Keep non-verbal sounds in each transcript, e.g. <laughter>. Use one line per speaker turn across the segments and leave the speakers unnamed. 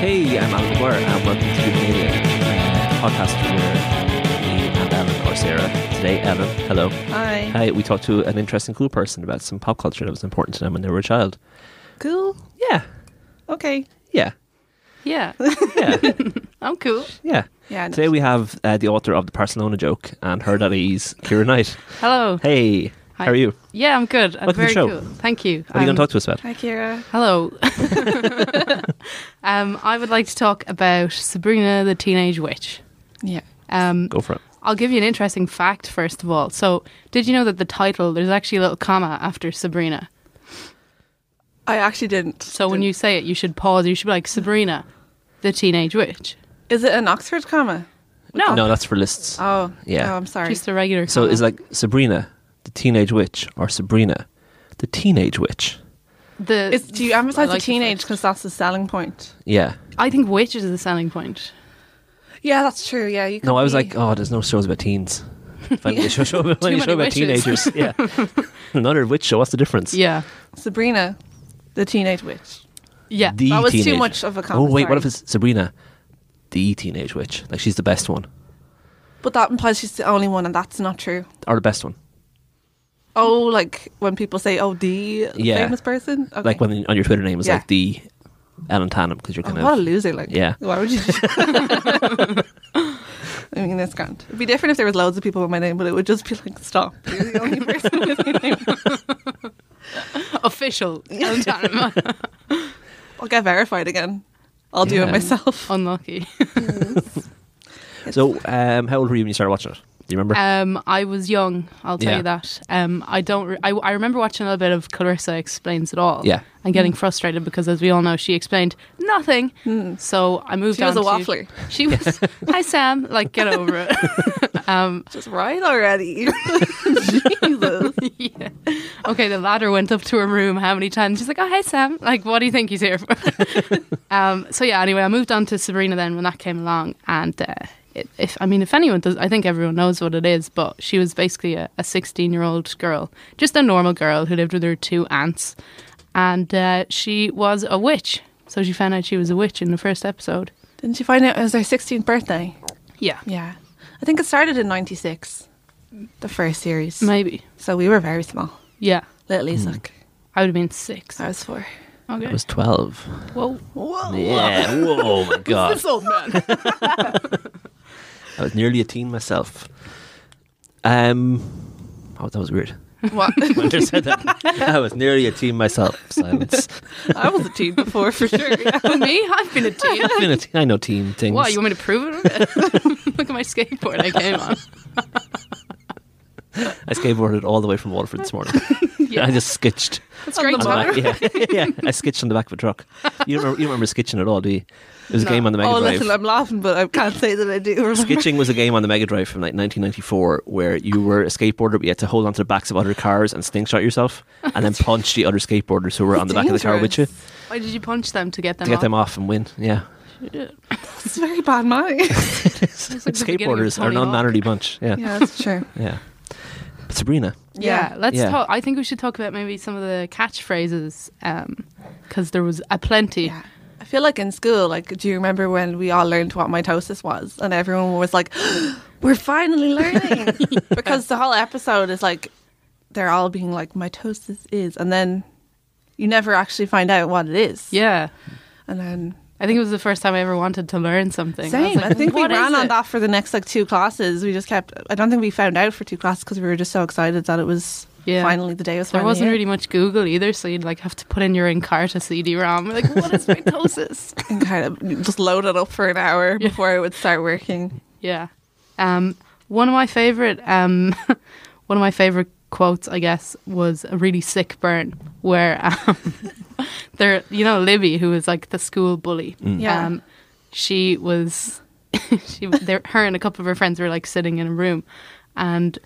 Hey, I'm Alan McGuire, and welcome to the Canadian uh, podcast where me and Evan are Sarah. Today, Evan, hello.
Hi.
Hi, we talked to an interesting cool person about some pop culture that was important to them when they were a child.
Cool.
Yeah,
Okay.
yeah,
Yeah,
yeah, <laughs>
I'm cool.
yeah.
Yeah. I know.
Today we have uh, the author of the Barcelona joke and her that is Kira Knight.
Hello.
Hey,
Hi.
how are you?
Yeah, I'm good. I'm
Welcome to the
very
show.
cool. Thank you.
What are you going to talk to us about?
Hi, Kira.
Hello.
<laughs>
um, I would like to talk about Sabrina the Teenage Witch.
Yeah.
Um,
Go for it.
I'll give you an interesting fact first of all. So, did you know that the title there's actually a little comma after Sabrina?
I actually didn't.
So when
didn't-
you say it, you should pause. You should be like Sabrina, the Teenage Witch.
is it an Oxford comma?
No,
No, that's for lists.
Oh.
Yeah.
Oh, I'm sorry.
just a regular.
so
comma.
it's like Sabrina, the teenage witch, or Sabrina, the teenage witch.
the.
It's, do you emphasize
I like
the
the
teenage
fact.
because that's the selling point?
Yeah.
I think witch is the selling point.
Yeah, that's true. Yeah. You
No, I was like, oh, there's no shows about teens.
<laughs>
Finally, a show, show, <laughs> about-
Too
finally a show
many
about
witches.
teenagers. Yeah. Another witch show. What's the difference?
Yeah.
Sabrina, the teenage witch.
Yeah.
The
That was too
teenage-
much of a
Oh
comp,
wait, what
sorry.
if it's Sabrina, the teenage witch? Like she's the best one,
But that implies she's the only one, and that's not true.
or the best one.
Oh, like when people say, "Oh, the
Yeah.
famous person," okay.
Like when on your Twitter name is
Yeah.
like the Ellen Tannum because you're
Oh,
kind
what a
of
loser! Like,
Yeah.
Why would you? <laughs> I mean, that's grand. It'd be different if there was loads of people with my name, but it would just be like, stop. You're the
<laughs>
only person with my name.
<laughs>
official. Ellen Tanner.
I'll get verified again. I'll do
Yeah.
it myself.
Unlucky.
so. Um, how old were you when you started watching it? Do you remember?
Uh,
Um, I was young. I'll tell
Yeah.
you that. Um, I don't. Re- I, I remember watching a little bit of Clarissa explains it all.
Yeah.
and getting
Mm.
frustrated because, as we all know, she explained nothing. So I moved.
She was
on
a
to-
waffler.
She was. Hi, Sam. Like, get over
<laughs>
it. <laughs> um,
Just right already. <laughs> Jesus.
<laughs> yeah. Okay, the ladder went up to her room. How many times? She's like, "Oh, hey, Sam. Like, what do you think he's here for?" um, so yeah. Anyway, I moved on to Sabrina then when that came along, and uh, it, if I mean, if anyone does, I think everyone knows what it is. But she was basically a a sixteen-year-old girl, just a normal girl who lived with her two aunts, and uh, she was a witch. So she found out she was a witch in the first episode.
Didn't she find out it was her 16th birthday?
Yeah,
Yeah. I think it started in 96, the first series.
maybe.
so we were very small.
Yeah,
Hmm.
Little Isak.
I would have been six.
I was four.
I
Okay.
was twelve.
Whoa.
Whoa. <laughs>
Yeah. <laughs> Whoa, oh my god.
old man.
I was nearly a teen myself. Um, oh, that was
<laughs>
weird.
What?
When I said that, I was nearly a teen myself. Silence.
I was a teen before for sure. yeah.
Me? I've been a teen.
I've been a teen. I know teen things.
What, you want me to prove it? <laughs> Look at my skateboard I came on.
I skateboarded all the way from Waterford this morning.
<laughs> Yeah.
I just skitched
That's
On
great.
the
on the back. Yeah. yeah, I skitched on the back of a truck. You don't remember, you don't remember skitching at all, do you? It was a game on the Mega
Oh,
Drive.
listen, I'm laughing, but I can't say that I do. Remember. <laughs>
Skitching was a game on the Mega Drive from like 1994 where you were a skateboarder, but you had to hold onto the backs of other cars and slingshot yourself and
<laughs>
then punch the other skateboarders who were on the back of the car with you
Dangerous.
Why did you punch them to get them
to get
off?
them off and win. Yeah.
It's very bad mind.
It's like the beginning of
skateboarders are
Tony
an unmannerly bunch. Yeah.
yeah, that's true.
Yeah. But Sabrina.
Hawk. Yeah, let's
Yeah.
talk. I think we should talk about maybe some of the catchphrases because there was a plenty.
Yeah. I feel like in school, like, do you remember when we all learned what mitosis was? And everyone was like, <gasps> we're finally learning.
<laughs>
Because the whole episode is like, they're all being like, mitosis is. And then you never actually find out what it is.
Yeah.
And then,
I think it was the first time I ever wanted to learn something. I was
same.
like,
I think we
"What is
ran on
it?"
that for the next like two classes. We just kept, I don't think we found out for two classes because we were just so excited that it was
Yeah.
finally the day was
There
finally
wasn't
here.
really much Google either, so you'd like have to put in your Encarta CD-ROM. Like,
<laughs>
what is mitosis?
And kind of just load it up for an hour
Yeah.
before it would start working.
Yeah. Um, one of my favorite, um, <laughs> one of my favorite quotes, I guess, was a really sick burn where <laughs> um, there, you know, Libby, who was like the school bully.
Yeah.
Um, she was, <laughs> she, there, her and a couple of her friends were like sitting in a room, and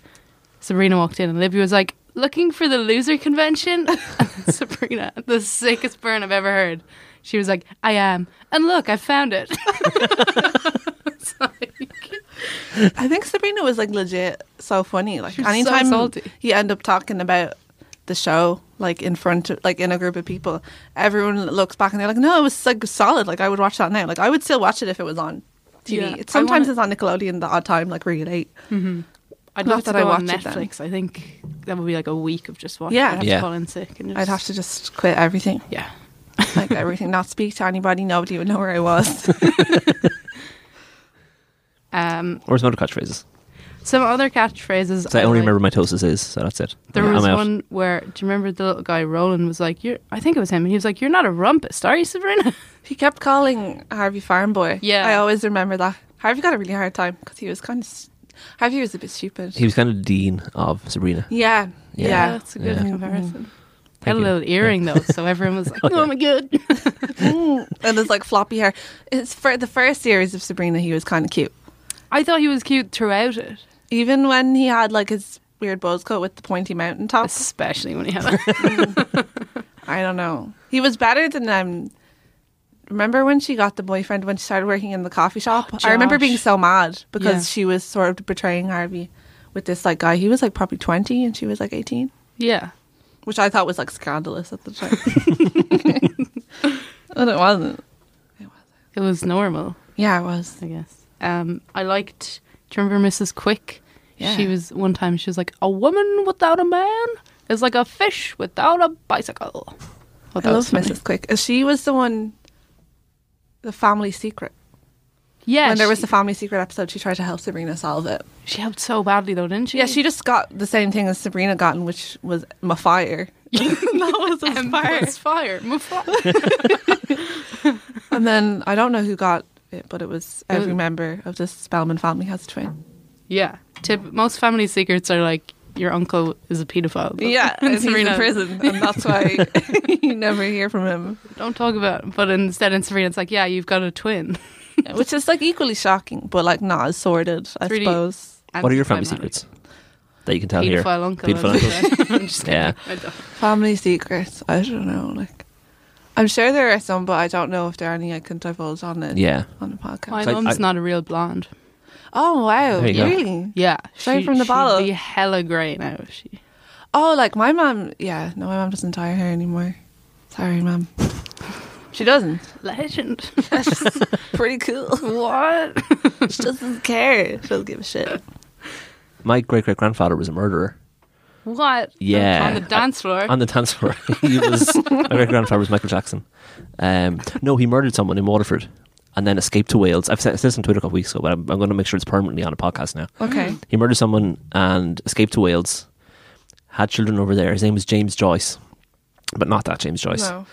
Sabrina walked in, and Libby was like. Looking for the loser convention? <laughs> Sabrina, the sickest burn I've ever heard. She was like, I am. And look, I found it. <laughs> It's like-
I think Sabrina was like legit so funny. Like
She was so
anytime
salty.
you end up talking about the show like in front of like in a group of people everyone looks back and they're like no it was like solid like i would watch that now like i would still watch it if it was on tv
Yeah,
It's
I
sometimes
wanna-
it's on nickelodeon the odd time like really late
I'd
Not
love to
that I
go on
watch it then.
Netflix. I think that would be like a week of just watching.
Yeah.
I'd have
Yeah.
to call in sick. And just,
i'd have to just quit everything
Yeah.
like everything not speak to anybody nobody would know where i was
Um,
Or some other catchphrases.
some other catchphrases.
So I only
like-
remember mitosis is, so that's it.
There
I'm
was
out.
one where do you remember the little guy Roland was like, "You're." I think it was him, and he was like, "You're not a rumpist, are you, Sabrina?"
he kept calling harvey farm boy
Yeah.
i always remember that harvey got a really hard time because he was kind of s- harvey was a bit stupid
He was kind of dean of Sabrina.
yeah
<laughs>
yeah,
that's a good
Yeah.
comparison.
Thank
Had a
you.
little earring though, so
<laughs>
everyone was like, "Oh, my god!"
Mm. and it's like floppy hair it's for the first series of sabrina he was kind of cute
I thought he was cute throughout it,
Even when he had like his weird buzz cut with the pointy mountain top,
especially when he had.
<laughs>
I don't know. He was better than um. Remember when she got the boyfriend when she started working in the coffee shop? I remember
Josh.
being so mad because
Yeah.
she was sort of betraying Harvey with this like guy. He was like probably twenty and she was like eighteen,
yeah,
which I thought was like scandalous at the time. <laughs> but it wasn't.
it was normal,
Yeah, it was.
I guess. Um, I liked. Do you remember Mrs. Quick?
Yeah.
She was one time. She was like, "A woman without a man is like a fish without a bicycle." Oh, that
I love
was funny.
Mrs. Quick. Uh, She was the one. The family secret.
Yeah,
when there was
she-
the family secret episode, she tried to help Sabrina solve it.
She helped so badly though, didn't she?
Yeah, she
<laughs>
<laughs> just got the same thing as Sabrina gotten, which was my fire.
that was
a fire.
fire. My fire.
And then I don't know who got it, but it was every
was-
member of the Spellman family has a twin.
yeah. Tip. Most family secrets are like your uncle is a pedophile. but- <laughs>
<laughs> and he's in
Serena-
prison, and that's why <laughs> you never hear from him.
Don't talk about. It. But instead, in Serena, it's like, yeah, you've got a twin.
Which is like equally shocking, but like not as sordid, I
Really-
suppose.
What are your family
Anticlimactic.
secrets that you can tell here?
Pedophile uncle.
Pedophile uncle.
I'm just
<laughs>
kidding.
Yeah.
I don't-
Family secrets. I don't know. Like, I'm sure there are some, but I don't know if there are any I can divulge on it.
Yeah.
on the podcast.
My
So I-
mum's
I-
not a real blonde.
Oh wow!
There you go.
Really?
Yeah,
Straight from the bottle.
She'd be hella grey now. She.
Oh, like my mom. Yeah, no, my mom doesn't dye her hair anymore. Sorry, mom. She doesn't.
Legend.
<laughs> Pretty cool.
what?
<laughs> She doesn't care. She doesn't give a shit.
My great great grandfather was a murderer.
<laughs> What?
<laughs> Yeah.
On the dance floor.
On the dance floor. <laughs> he was my great grandfather was Michael Jackson. Um, no, he murdered someone in Waterford and then escaped to Wales. I've said said this on Twitter a couple weeks ago, but I'm, I'm going to make sure it's permanently on a podcast now.
Okay.
He murdered someone and escaped to Wales. Had children over there. His name was James Joyce, but not that James Joyce.
No.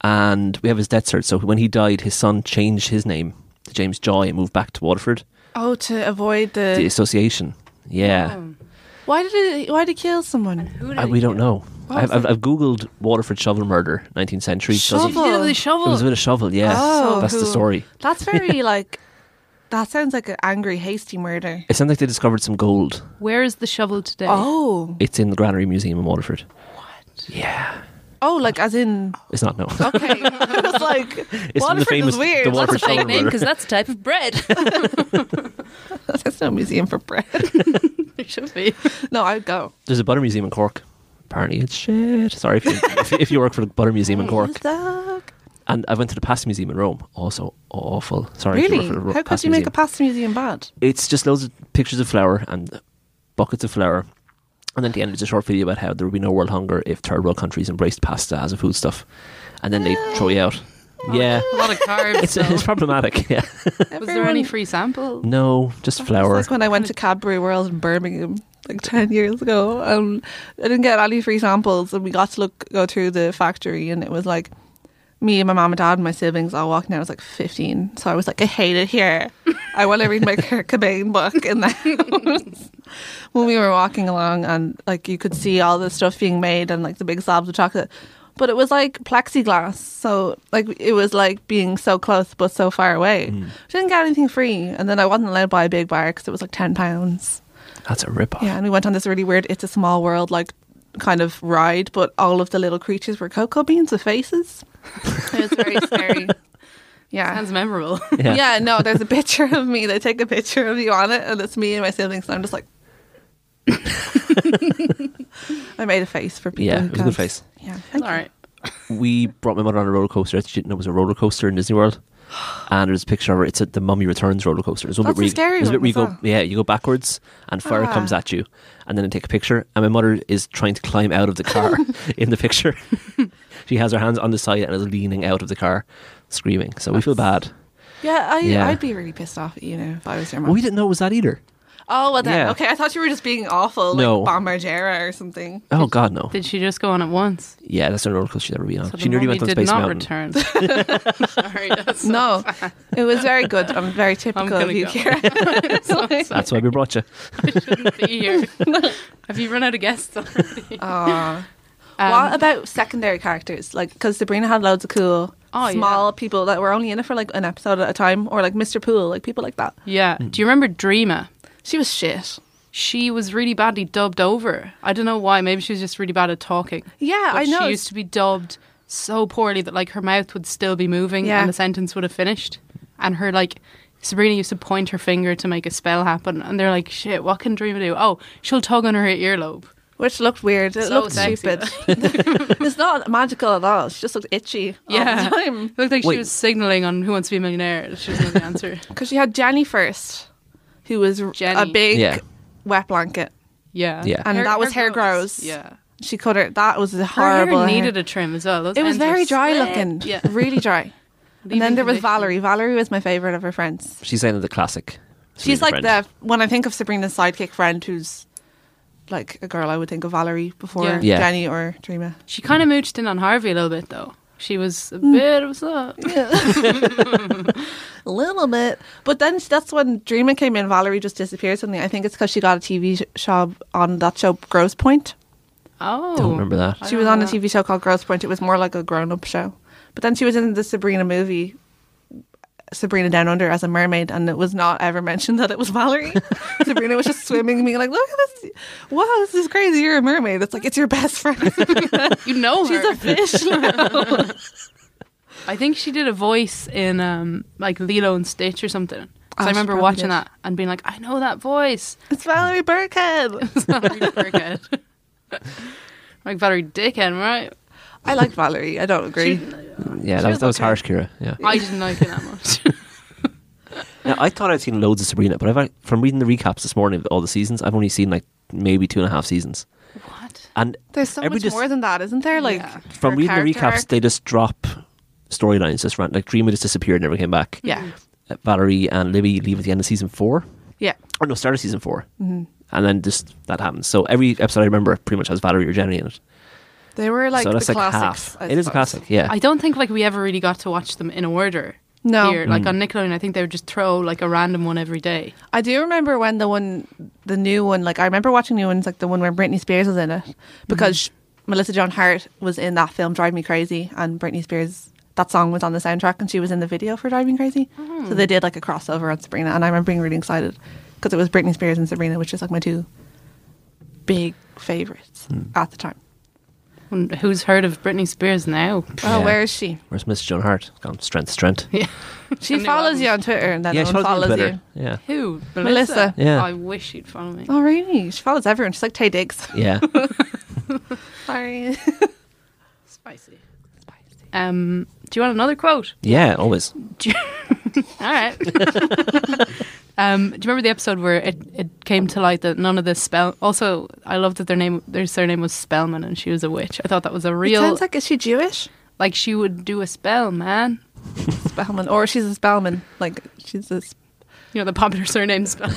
And we have his death cert. So when he died, his son changed his name to James Joy and moved back to Waterford.
Oh, to avoid
The
the.
association. Yeah.
Oh.
Why did it? Why did he kill someone?
Who did
I,
he
we don't
kill?
know.
What
I've,
was
I've, I've googled Waterford shovel murder, 19th century.
She
Doesn't-
did it with a shovel.
It was with a shovel, yeah.
Oh,
That's the
cool.
story. <laughs>
That's very like. That sounds like an angry, hasty murder.
It sounds like they discovered some gold.
Where is the shovel today?
<laughs>
Oh.
It's in the Granary Museum in Waterford. What? Yeah.
Oh, like as in.
It's not, no.
Okay. <laughs> I was like.
<laughs> It's from the
Oh, Waterford
famous
is weird.
the
That's
Waterford
that's a
shovel
fake name
murder.
because that's a type of
<laughs>
bread.
That's no museum for bread.
<laughs>
<laughs>
it should be.
No, I'd go.
There's a butter museum in Cork. Apparently it's shit. Sorry
<laughs>
if you, if, if you work for the butter museum in Cork.
Suck.
And I went to the pasta museum in Rome. Also awful. Sorry. If you
Really?
work for the Ro-
How could
pasta
you make a
museum.
pasta
<laughs>
museum bad?
It's just loads of pictures of flour and buckets of flour. And then at the end, it's a short video about how there would be no world hunger if third world countries embraced pasta as a foodstuff. And then they throw you out. Yeah.
A lot of carbs.
It's, <laughs> it's problematic. Yeah.
was there any
Everyone-
free sample?
No, just flour.
It's like when I went to Cadbury World in Birmingham like 10 years ago. Um, I didn't get any free samples and we got to look go through the factory and it was like me and my mom and dad and my siblings all walking out. I was like 15. So I was like, I hate it here. I want to
<laughs>
read my Kurt Cobain book in the house. when we were walking along and like you could see all the stuff being made and like the big slabs of chocolate. But it was like plexiglass. So like it was like being so close but so far away. Didn't get anything free. And then I wasn't allowed to buy a big bar because it was like 10 pounds.
That's a rip off.
Yeah, and we went on this really weird "It's a Small World" like kind of ride, but all of the little creatures were cocoa beans with faces. <laughs> it was very <laughs> scary. Yeah.
Sounds
<laughs>
memorable. <laughs>
Yeah.
yeah, No, there's a picture of me. They take a picture of you on it, and it's me and my siblings, and I'm just like. <laughs> I made a face for people.
Yeah,
who
it was a
can't-
good face.
Yeah,
All
thank you.
right.
we brought my mother on a roller coaster. She didn't know it was a roller coaster in Disney World. And there's a picture of her. It's at the Mummy Returns roller coaster. There's one
That's
bit where
a
you-
scary
there's a bit
one
where you
as
go,
well.
yeah, you go backwards and fire
Ah.
comes at you, and then I take a picture. And my mother is trying to climb out of the car <laughs> in the picture. she has her hands on the side and is leaning out of the car, screaming. So we feel bad.
Yeah, I,
Yeah.
I'd be really pissed off, at you know, if I was your mom.
Well, we didn't know it was that either.
oh, well then,
Yeah.
okay. I thought you were just being awful, like
No.
Bombardera or something.
Oh God, no.
Did she just go on at once?
Yeah, that's the roller coaster she'd ever been on.
So the
Oh, she nearly
mummy
went on
did
Space
not
Mountain. <laughs>
return. Sorry, that's
<laughs>
so
No, it was very good. I'm very typical
gonna
of you,
go.
Kira. <laughs>
<laughs>
Sorry.
That's why we brought you.
shouldn't be <laughs> here. Have you run out of guests already?
Aw.
Um,
what about secondary characters? Like, because Sabrina had loads of cool
Oh,
small
yeah.
people that were only in it for like an episode at a time, or like Mr. Poole, like people like that.
Yeah. Do you remember Dreamer?
She was shit.
She was really badly dubbed over. I don't know why. Maybe she was just really bad at talking.
Yeah, I know.
She used to be dubbed so poorly that like her mouth would still be moving
Yeah.
and the sentence would have finished. And her like Sabrina used to point her finger to make a spell happen, and they're like, "Shit, what can Dreamer do? Oh, she'll tug on her earlobe."
which looked weird. It
So
looked <laughs>
sexy.
stupid. it's not magical at all. She just looked itchy all
Yeah.
the Oh, <laughs> time.
It looked like
Wait.
she was signaling on Who Wants to Be a Millionaire. that She was the answer.
Because she had Jenny first, who was r-
Jenny.
a big
Yeah.
wet blanket.
Yeah,
<laughs> Yeah.
And that was hair grows.
Yeah,
She cut her. That was a
her
horrible.
hair
hair.
needed a trim as well. Those
it was
ends are
very dry
slick.
looking. <laughs>
Yeah,
Really dry. and then there was
conditioner.
Valerie. Valerie was my favorite of her friends.
She's saying the classic.
She's like
Sabrina friend.
the when I think of Sabrina's sidekick friend, who's like a girl. I would think of Valerie before
Yeah.
Yeah.
Jenny or Dreamer.
She kind
Mm.
of mooched in on Harvey a little bit though. She was a bit of a
a little bit. But then that's when Dreamer came in. Valerie just disappeared suddenly. I think it's because she got a TV sh- job on that show, Gross Point.
oh.
Don't remember that.
I
She was
don't
on
know
a
that.
TV show called Gross Point. It was more like a grown up show. But then she was in the Sabrina movie, Sabrina Down Under, as a mermaid, and it was not ever mentioned that it was <laughs> Valerie. Sabrina was just swimming, being like, look at this. Wow, this is crazy. You're a mermaid. It's like, it's your best <laughs> friend.
You know her.
She's a fish.
I think she did a voice in um, like Lilo and Stitch or something. 'Cause
Oh,
I
she
remember
probably
watching
did.
that and being like, I know that voice.
<laughs>
<laughs>
it's Valerie Burkhead. <laughs>
It's not really very good. <laughs> like Valerie Dickhead, right?
I liked Valerie. I don't agree.
Yeah, that was, that was harsh, Kira. Yeah.
I didn't like it that much. <laughs>
Now, I thought I'd seen loads of Sabrina, but I've ac- from reading the recaps this morning of all the seasons, I've only seen like maybe two and a half seasons.
what?
And
There's so
every
much
just-
more than that, isn't there? Like
Yeah.
from
her
reading the
character
recaps,
arc.
they just drop storylines, just ran like Dreamer just disappeared, never came back.
yeah,
Uh, Valerie and Libby leave at the end of season four,
yeah,
or no, start of season 4
Mm-hmm.
and then just that happens. So every episode I remember pretty much has Valerie or Jenny in it.
they were like
so
the
that's like
classics.
half.
I
It is a
suppose.
classic, yeah.
I don't think like we ever really got to watch them in order.
No.
Here.
Mm.
Like on Nickelodeon, I think they would just throw like a random one every day.
I do remember when the one, the new one. Like I remember watching new ones, like the one where Britney Spears was in
Mm-hmm.
it, because sh- Melissa Joan Hart was in that film Drive Me Crazy, and Britney Spears. That song was on the soundtrack, and she was in the video for Driving Crazy.
Mm-hmm.
So they did like a crossover on Sabrina, and I remember being really excited because it was Britney Spears and Sabrina, which is like my two big favorites
Hmm.
at the time.
And Who's heard of Britney Spears now?
Oh,
Yeah.
where is
<laughs>
she?
Where's Miss Joan Hart? Gone strength, strength. Yeah,
She
new
follows
album.
you on Twitter, and then
yeah she follows me on
unfollows you.
Twitter. Yeah,
Who?
Melissa.
Yeah.
I wish she'd follow me.
Oh, really? She follows everyone. She's like Tay Diggs.
yeah.
<laughs> Sorry.
Spicy. Um, do you want another quote?
yeah, always.
All
<laughs>
right. um, do you remember the episode where it, it came to light that none of the spell? Also, I love that their name their surname was Spellman and she was a witch. I thought that was a
It
real
sounds
like-,
like, is she Jewish?
she would do a spell, man.
Spellman. Or she's a Spellman. Like, she's a.
You know the popular <laughs>
<laughs>
surname spell.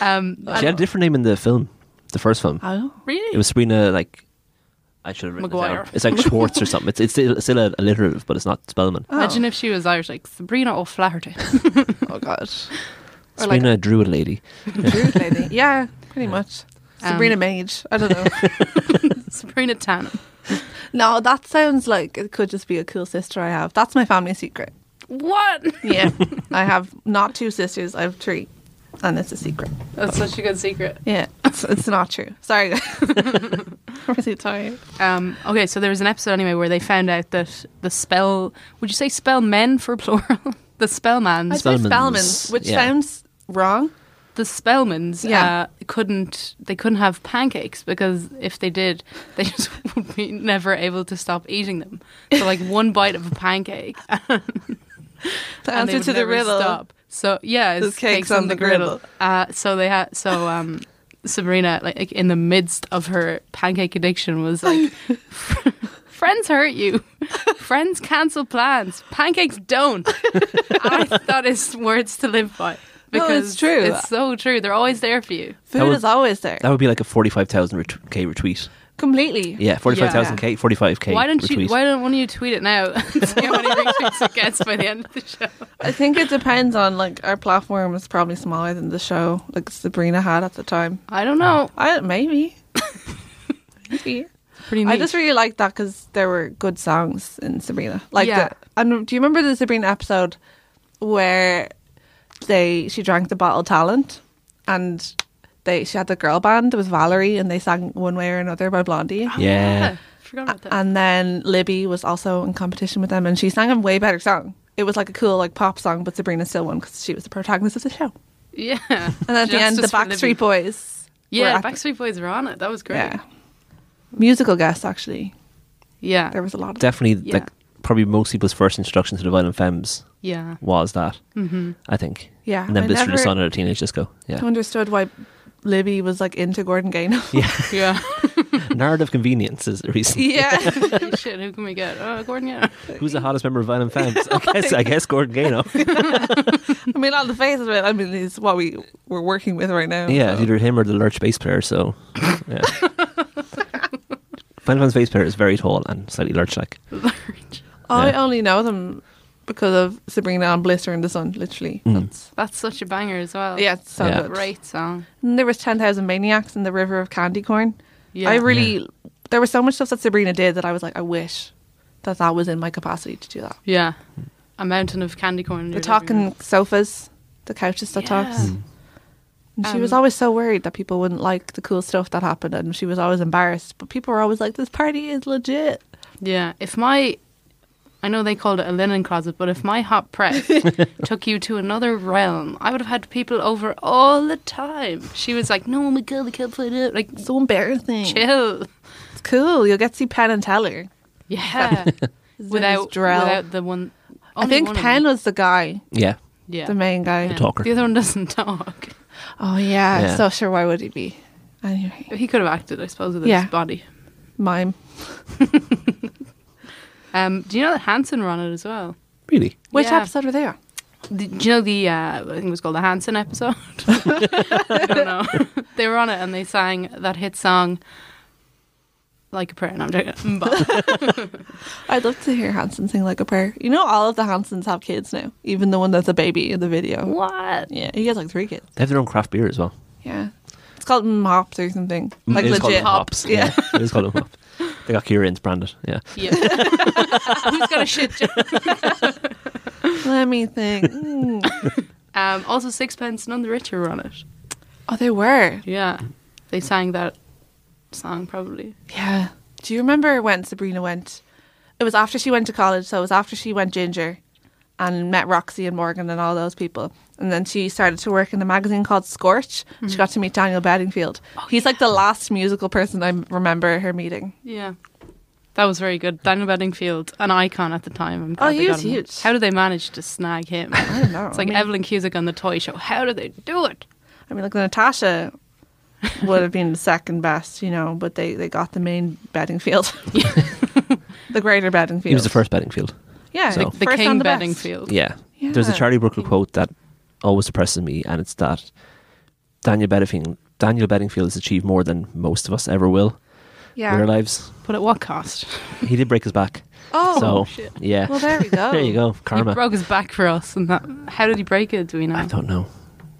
um, I
She had a
don't-
different name in the film, the first film.
Oh.
really?
It was Sabrina, like I should have written it
Maguire.
down. It's like Schwartz or something. It's it's still, it's still alliterative, but it's not Spellman.
Imagine if she was Irish, like Sabrina O'Flaherty. <laughs>
Oh, God. Or like
Sabrina Druid Lady.
Druid lady. <laughs> Yeah, pretty much.
Um,
Sabrina Mage. I don't know.
<laughs> Sabrina Tannum.
no, that sounds like it could just be a cool sister I have. That's my family secret.
What?
Yeah. <laughs> I have not two sisters, I have three. And it's a secret.
That's such a good secret.
Yeah, it's, it's not true. Sorry, <laughs> guys. I'm really tired.
Um, okay, so there was an episode anyway where they found out that the spell would you say spell men for plural? <laughs> the spellmans.
I'd say
Spellmans,
Spellman, which
yeah.
sounds wrong,
the Spellmans
Yeah.
uh, couldn't they couldn't have pancakes because if they did, <laughs> they just would be never able to stop eating them. So like one bite of a pancake,
The
and
answer
they would
to the
never
riddle.
Stop. So yeah, it's
Is cakes on the griddle.
Uh, so they had so um, Sabrina like in the midst of her pancake addiction
<laughs>
was like, <laughs> friends hurt you, friends cancel plans, pancakes don't. I thought it's words to live by.
No,
Because
it's true.
It's so true. They're always there for you.
Food
would-
is always there.
That would be like a 45,000 ret- K retweet.
Completely. <laughs>
Yeah, 45,000 K, 45K
why don't
retweet.
you? Why don't one of you tweet
<laughs>
it now? <laughs> and See how many retweets it gets by the end of the show.
I think it depends on like our platform is probably smaller than the show like Sabrina had at the time.
I don't know.
I maybe. maybe.
Pretty neat.
I just really liked that because there were good songs in Sabrina. Like,
Yeah.
the, and do you remember the Sabrina episode where they she drank the bottle talent and they she had the girl band it was Valerie and they sang One Way or Another by Blondie.
yeah.
forgot about that.
And then Libby was also in competition with them, and she sang a way better song. It was like a cool like pop song, but Sabrina still won because she was the protagonist of the show.
yeah.
And at the end, the
Justice for Libby.
Backstreet Boys.
Yeah,
were at
Backstreet Boys were on it. That was
the-
great.
yeah,
Yeah.
musical guests actually. There was a lot of
Definitely,
Yeah.
like, probably most people's first introduction to the Violent Femmes
<laughs>
Yeah.
was that, mm-hmm. I think.
Yeah,
And then
I
Blister the
never-
Sun at a teenage disco.
<laughs>
Yeah.
understood why Libby was like into
<laughs>
Gordon Gaynor.
Yeah. <laughs>
Narrative convenience is the reason.
<laughs> yeah,
Shit, who can we get? Oh, Gordon, yeah.
Who's the hottest member of Violent Femmes? I guess, I guess Gordon Gano.
I mean, on the face of it, I mean, it's what we we're working with right now.
Yeah, it's
so.
either him or the Lurch bass player. So,
<laughs>
yeah. Final Fantasy bass player is very tall and slightly lurch-like.
I
Yeah.
only know them because of Sabrina and Blister in the Sun. Literally,
Mm.
that's
That's such a banger as well.
yeah, it's so
Yeah.
good.
Great song.
And there was ten thousand maniacs in the river of candy corn.
Yeah.
I really there was so much stuff that Sabrina did that I was like, I wish that that was in my capacity to do that.
Yeah. A mountain of candy corn. in
The
your
talking
living room.
sofas, the couches that
Yeah.
talks.
Mm.
And she was
Um,
always so worried that people wouldn't like the cool stuff that happened, and she was always embarrassed. But people were always like, "This party is legit."
Yeah. If my. I know they called it a linen closet, but if my
<laughs>
hot press took you to another realm, I would have had people over all the time. She was like, "No, my girl, they can't find out." Like,
So embarrassing.
chill.
It's cool. You'll get to see Penn and Teller <laughs>
Yeah.
His name is
without
Drell.
without the one.
I
only
think
one of
Penn
them.
was the guy,
Yeah,
Yeah.
the main guy.
Yeah.
talker.
The other one doesn't <laughs> talk.
Oh yeah.
Yeah.
So sure, why would he be? Anyway,
He could have acted, I suppose, with
Yeah.
his body.
mime.
Um, do you know that Hanson were on it as well?
really.
Which
Yeah.
episode were they on?
The- do you know the uh, I think it was called the Hanson episode? <laughs> I don't know. <laughs> they were on it and they sang that hit song, "Like a Prayer." And I'm joking. <laughs> But
I'd love to hear Hanson sing like a prayer. You know, all of the Hansons have kids now, even the one that's a baby in the video.
what?
Yeah, he has like three kids.
They have their own craft beer as well.
Yeah, it's called Mops or something. Like
It is Mm, called
legit.
Them Hops. Yeah, it is called them
<laughs>
hops. They got Kieran's branded. Yeah,
<laughs> Yeah. Who's got a shit job?
<laughs> Let me think. Mm.
Um, also, Sixpence None the Richer were on it.
Oh, they were.
Yeah, they sang that song probably.
Yeah. Do you remember when Sabrina went? It was after she went to college, so it was after she went ginger and met Roxy and Morgan and all those people. And then she started to work in a magazine called Scorch. She got to meet Daniel Bedingfield. He's like the last musical person I remember her meeting.
Yeah. That was very good. Daniel Bedingfield, an icon at the time. I'm glad
Oh,
they
he
got
was
him.
huge.
How did they manage to snag
<laughs>
him?
I don't know.
It's like
I mean,
Evelyn Cusick on the toy show. How do they do it?
I mean, like Natasha would have been second best, you know, but they, they got the main batting field, <laughs> the greater batting field.
he was the first batting field.
Yeah,
So-
The
first
King
and the best.
Bedingfield.
Yeah. There's a
Yeah.
Charlie Brooker quote that always depresses me, and it's that Daniel Bedingfield, Daniel Bedingfield has achieved more than most of us ever will in our
Yeah.
lives.
But at what cost? <laughs>
He did break his back.
<laughs> Oh,
so,
shit.
yeah.
well, there we
<laughs>
go.
there you go.
He
Karma.
broke his back for us. And that, how did he break it? Do we know?
I don't know.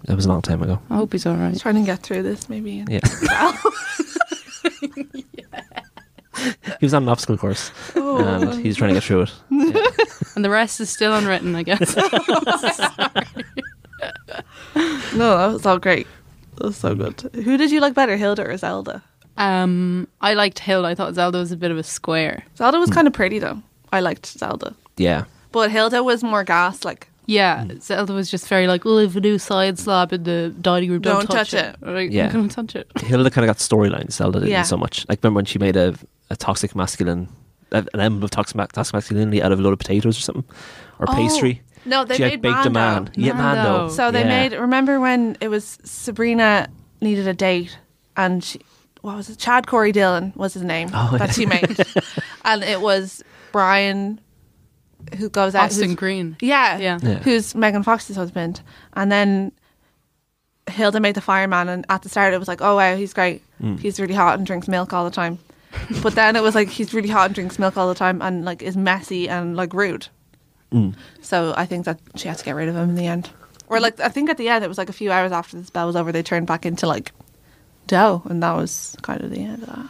That was a long time ago.
I hope he's all
I'm
right.
trying to get through this, maybe.
Yeah.
<laughs>
he was on an obstacle course
Oh.
and he's trying to get through it. Yeah.
And the rest is still unwritten, I guess.
<laughs>
No, that was all great. That was so good. Who did you like better, Hilda or Zelda?
um, I liked Hilda. I thought Zelda was a bit of a square.
Hmm.
Zelda was kind of pretty, though. I liked Zelda.
Yeah.
But Hilda was more gas, like,
Yeah,
Hmm.
Zelda was just very like, well, if a new side slab in the dining room, don't,
Don't touch it.
Like, <laughs>
Yeah.
don't touch it.
Hilda kind of got storyline. Zelda didn't
Yeah.
so much. Like remember when she made a, a toxic masculine, a- an emblem of toxic, ma- toxic masculinity out of a load of potatoes or something, or
Oh,
pastry.
No, they
she
made
like, baked a
Mando.
man. Yeah,
Mando.
Mando.
So they
Oh, Yeah.
made. Remember when it was Sabrina needed a date, and she, what was it? Chad Corey Dillon was his name
Oh,
that
yeah.
she made,
<laughs>
and it was Brian, who goes out.
Austin
who's-
Green.
yeah,
Yeah.
Yeah.
who's Megan Fox's husband, and then Hilda made the fireman, and at the start it was like, oh wow, he's great,
Mm.
he's really hot and drinks milk all
<laughs>
the time, but then it was like he's really hot and drinks milk all the time, and like is messy and like rude.
Mm.
So I think that she had to get rid of him in the end. Or like I think at the end it was like a few hours after the spell was over, they turned back into like dough, and that was kind of the end of that.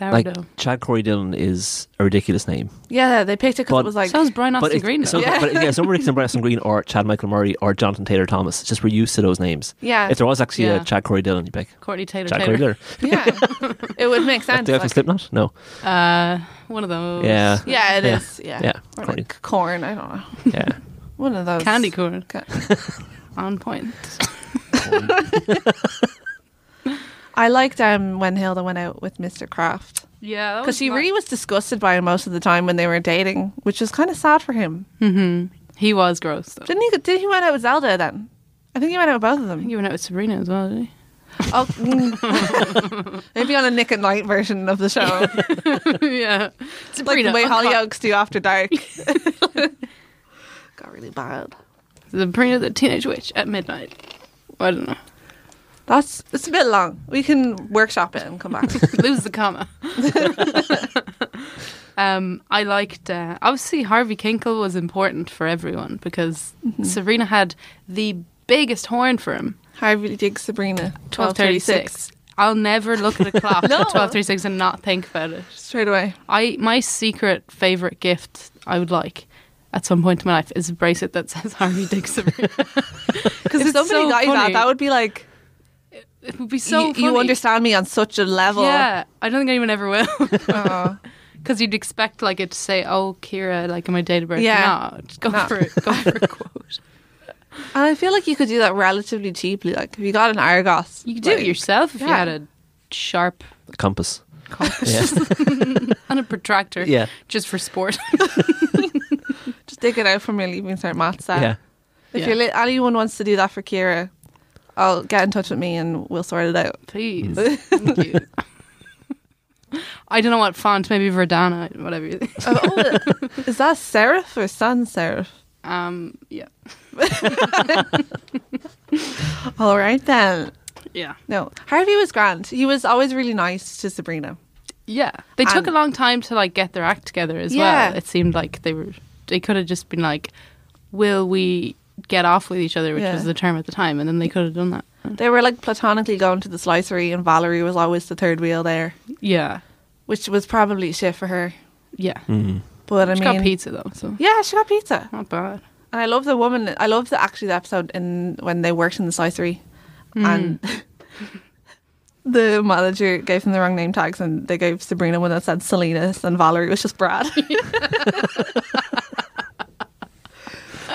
Like
Sourdough.
Chad Corey Dillon is a ridiculous name.
Yeah, they picked it because
But-
it was like
so is Brian Austin
it's-
Green.
So,
though.
Yeah.
but yeah, somebody can Bryson Green or Chad Michael Murray or Jonathan Taylor Thomas. It's just we're used to those names.
Yeah.
If there was actually
Yeah.
a Chad Corey Dillon, you pick
Courtney Taylor
Chad Corey
Taylor.
Dillon.
<laughs>
yeah, it would make sense.
Do you have to
like-
slip knot? No.
Uh, one of those.
Yeah.
yeah, it
Yeah.
is. yeah.
Yeah,
Or
corny.
like corn. I don't know.
Yeah.
One of those
Candy corn.
Ca-
On point.
I liked um, when Hilda went out with Mr. Kraft
Yeah. that
because
was
she
not-
really was disgusted by him most of the time when they were dating, which was kind of sad for him.
He was gross, though.
Didn't he? Did he went out with Zelda then? I think he went out with both of them.
You went out with Sabrina as well, didn't you?
Oh, <laughs> mm. maybe on a Nick at Night version of the show, <laughs>
yeah.
like
Sabrina.
the way
uncut.
Hollyoaks do after dark. <laughs> Got really bad.
Sabrina the Teenage Witch at midnight. I don't know.
That's it's a bit long. We can workshop it and come <laughs> back.
Lose the comma. um, I liked, uh, obviously, Harvey Kinkle was important for everyone because
Mm-hmm.
Sabrina had the biggest horn for him.
Harvey Dig Sabrina, twelve thirty
1236.
six,
I'll never look
<laughs>
at a clock at 1236 and not think about it.
straight
<laughs>
away.
I My secret favourite gift I would like at some point in my life is a bracelet that <laughs> says Harvey Dick Sabrina.
Because if somebody
It's so
got you that,
funny.
that would be like
It would be so
you, you
funny.
understand me on such a level. <laughs>
Yeah, I don't think anyone ever will. <laughs>
Oh.
Because you'd expect like it to say, "Oh, Kira, like in my date of birth."
Yeah.
no, just go
No.
for it. Go for
<laughs>
a quote.
and I feel like you could do that relatively cheaply. Like if you got an Argos,
You could do
like-
it yourself if you
Yeah.
had a sharp
Compass.
compass
<laughs>
and a protractor.
Yeah.
just for sport.
Just dig it out from your leaving cert maths. set.
Yeah.
If
Yeah.
you're li- anyone wants to do that for Kira, I'll get in touch with me and we'll sort it out.
Please, thank you. <laughs> I don't know what font. Maybe Verdana, whatever. you think.
Uh, <laughs> oh, is that serif or sans serif?
Um, yeah,
All right then.
yeah,
No, Harvey was grand. He was always really nice to Sabrina.
yeah. They took
And-
a long time to like get their act together as
Yeah.
well. It seemed like they were. They could have just been like, "Will we get off with each other?" Which
Yeah.
was the term at the time, and then they could have done that.
They were like platonically going to the slicery, and Valerie was always the third wheel there,
Yeah,
which was probably shit for her.
yeah.
Mm.
But I
She
mean,
got pizza though, so
Yeah, she got pizza.
not bad.
And I love the woman. I love the actually the episode in when they worked in the slicery,
Mm.
and <laughs> the manager gave them the wrong name tags, and they gave Sabrina one that said Salinas, and Valerie was just
<laughs>
Brad.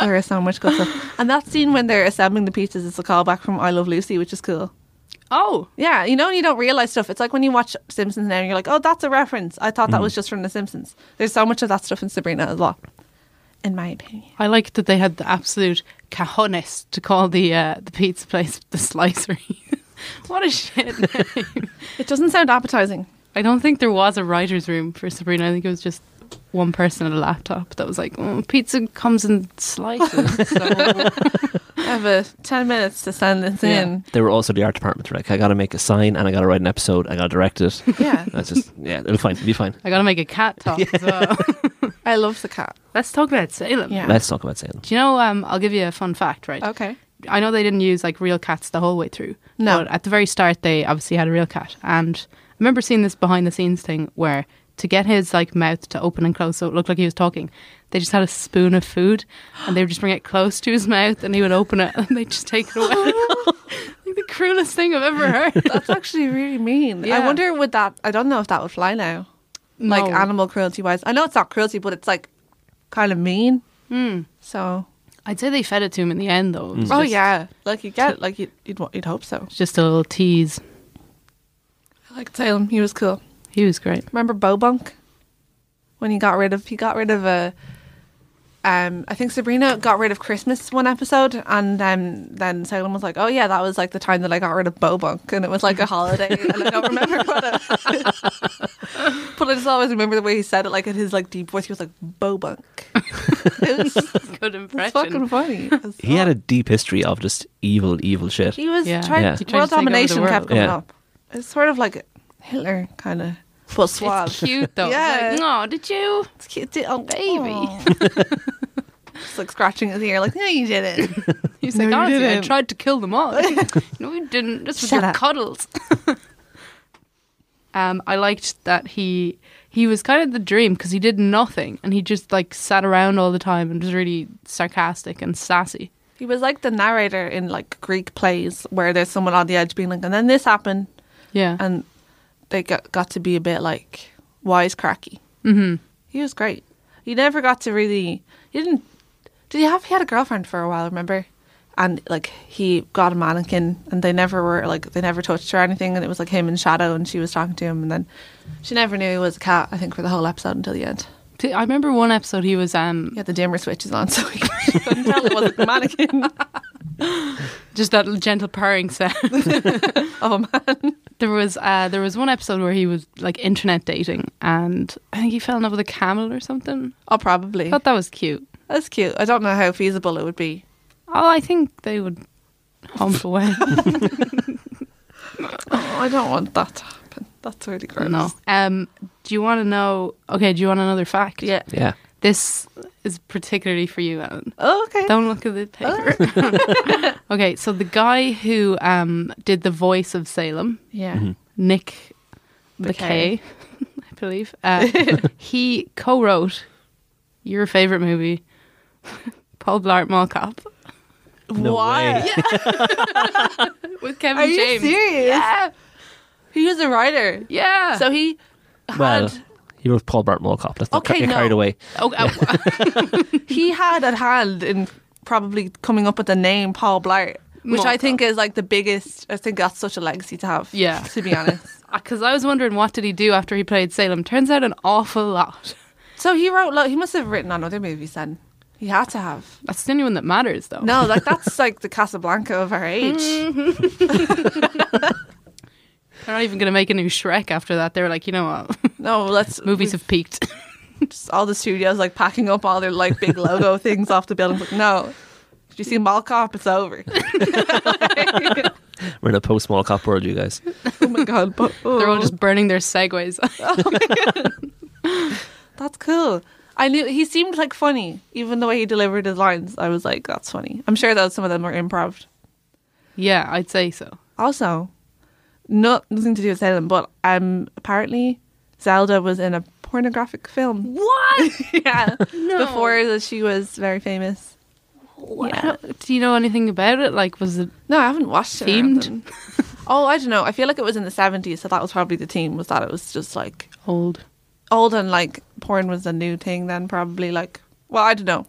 there is so much good stuff. And that scene when they're assembling the pizzas is a callback from I Love Lucy, which is cool.
Oh,
Yeah, you know, and you don't realize stuff. It's like when you watch Simpsons now, and you're like, "Oh, that's a reference." I thought that was just from The Simpsons. There's so much of that stuff in Sabrina as well, in my opinion.
I like that they had the absolute cajones to call the uh, the pizza place <laughs> the slicery. what a shit name!
It doesn't sound appetizing.
I don't think there was a writer's room for Sabrina. I think it was just one person at a laptop that was like, oh, "Pizza comes in
<laughs>
slices." so
I have uh, 10 minutes to send this
Yeah.
in.
They were also the art department. They're like, I got to make a sign and I got to write an episode. I got to direct it.
Yeah.
That's
<laughs>
just, yeah, it'll fine. It'll be fine.
I gotta make a cat talk as well. <laughs>
I love the cat.
Let's talk about Salem.
Yeah.
Let's talk about Salem.
Do you know? Um, I'll give you a fun fact, right?
Okay.
I know they didn't use like real cats the whole way through.
No.
But at the very start, they obviously had a real cat. And I remember seeing this behind the scenes thing where to get his like mouth to open and close so it looked like he was talking, they just had a spoon of food and they would just bring it close to his mouth and he would open it and <laughs> they'd just take
<laughs>
it away. like the cruelest thing I've ever heard.
That's actually really mean. I
Yeah.
wonder would that, I don't know if that would fly now. <laughs> Like
No.
animal cruelty wise. I know it's not cruelty, but it's like kind of mean. So
I'd say they fed it to him in the end, though. It was
Hmm. Oh
just-
yeah, like you get, like you'd, you'd wa- you'd hope so.
just a little tease.
I liked Salem. He was cool.
He was great.
Remember Bobunk? When he got rid of he got rid of a um I think Sabrina got rid of Christmas one episode and um, then Salem was like, Oh yeah, that was like the time that I got rid of Bobunk and it was like a holiday and I don't remember what it <laughs> But I just always remember the way he said it, like in his like deep voice, he was like Bobunk.
<laughs>
it was, it
Good
was
impression.
fucking funny. It was
He had
so-
a deep history of just evil, evil shit.
he was
Yeah.
trying
Yeah. He
tried
world
to take over the
domination kept
world.
coming
Yeah.
up. It's sort of like Hitler kinda but suave.
It's cute
<laughs>
though.
Yeah.
It's like, oh, did you?
It's cute, too. oh,
baby.
<laughs> Just like scratching his ear, like, no, you didn't.
He's
No,
like,
you
honestly, I
didn't."
tried to kill
<laughs>
them all. <laughs> no, you didn't. Just with
Shut
your
up.
cuddles. <laughs> um, I liked that he he was kind of the dream because he did nothing and he just like sat around all the time and was really sarcastic and sassy.
<laughs> He was like the narrator in like Greek plays where there's someone on the edge being like, and then this happened.
Yeah.
And they got, got to be a bit like wisecracky. Mm-hmm. He was great. He never got to really, he didn't, did he have, he had a girlfriend for a while, remember? And like he got a mannequin and they never were like, they never touched her or anything. And it was like him and Shadow and she was talking to him. And then she never knew he was a cat, I think, for the whole episode until the end.
T- I remember one episode he was um
Yeah, the dimmer switches on, <laughs> so he couldn't tell it was a
<laughs>
mannequin.
just that gentle purring sound. <laughs>
Oh man,
There was uh, there was one episode where he was like internet dating, and I think he fell in love with a camel or something.
oh probably.
I thought that was cute.
That's cute. I don't know how feasible it would be.
Oh, I think they would hump away. <laughs>
Oh, I don't want that to happen. That's really gross.
no. Um, do you want to know? Okay, do you want another fact?
Yeah.
Yeah.
This is particularly for you, Ellen.
Oh, okay.
Don't look at the paper. <laughs> okay, so the guy who um, did the voice of Salem,
Yeah.
Mm-hmm.
Nick
Bakay.
Bakay, <laughs> I believe, uh, he co wrote your favorite movie, <laughs> Paul Blart Mall Cop,
No
Why? <laughs>
way.
with Kevin
Are you
James.
serious?
Yeah.
He was a writer,
Yeah.
so he
Well,
had
he wrote Paul Bart Molkop. Let's not
Okay,
get
no.
carried away.
Oh, uh,
he had a hand in probably coming up with the name Paul Blart, which I
Malta.
think is like the biggest. I think that's such a legacy to have.
Yeah.
To be honest.
<laughs> Because I was wondering what did he do after he played Salem. Turns out an awful lot. <laughs>
so he wrote. Like, he must have written on other movies then. He had to have.
That's the only one that matters, though.
No, like that's like the Casablanca of our age.
Mm-hmm. They're not even going to make a new Shrek after that. They were like, you know what? <laughs>
No, let's
Movies have peaked. <laughs>
just all the studios like packing up all their like big
<laughs>
logo things off the buildings. Like, no, did you see Mall Cop? It's over.
<laughs>
<laughs>
We're in a post Molkop world, you guys.
oh my god, but oh,
They're all just burning their segways.
that's cool. I knew he seemed like funny, even the way he delivered his lines. I was like, that's funny. I'm sure that some of them were improv.
<laughs> yeah, I'd say so.
Also, no, nothing to do with Salem, but um, apparently Zelda was in a pornographic film.
What?
<laughs> yeah,
No.
before that she was very famous. Yeah.
Do you know anything about it? Like, was it
No, I haven't watched it.
Themed?
Themed? oh, I don't know. I feel like it was in the seventies, so that was probably the theme. Was that it was just like
<laughs> old?
old and like porn was a new thing then, probably like. Well, I don't know.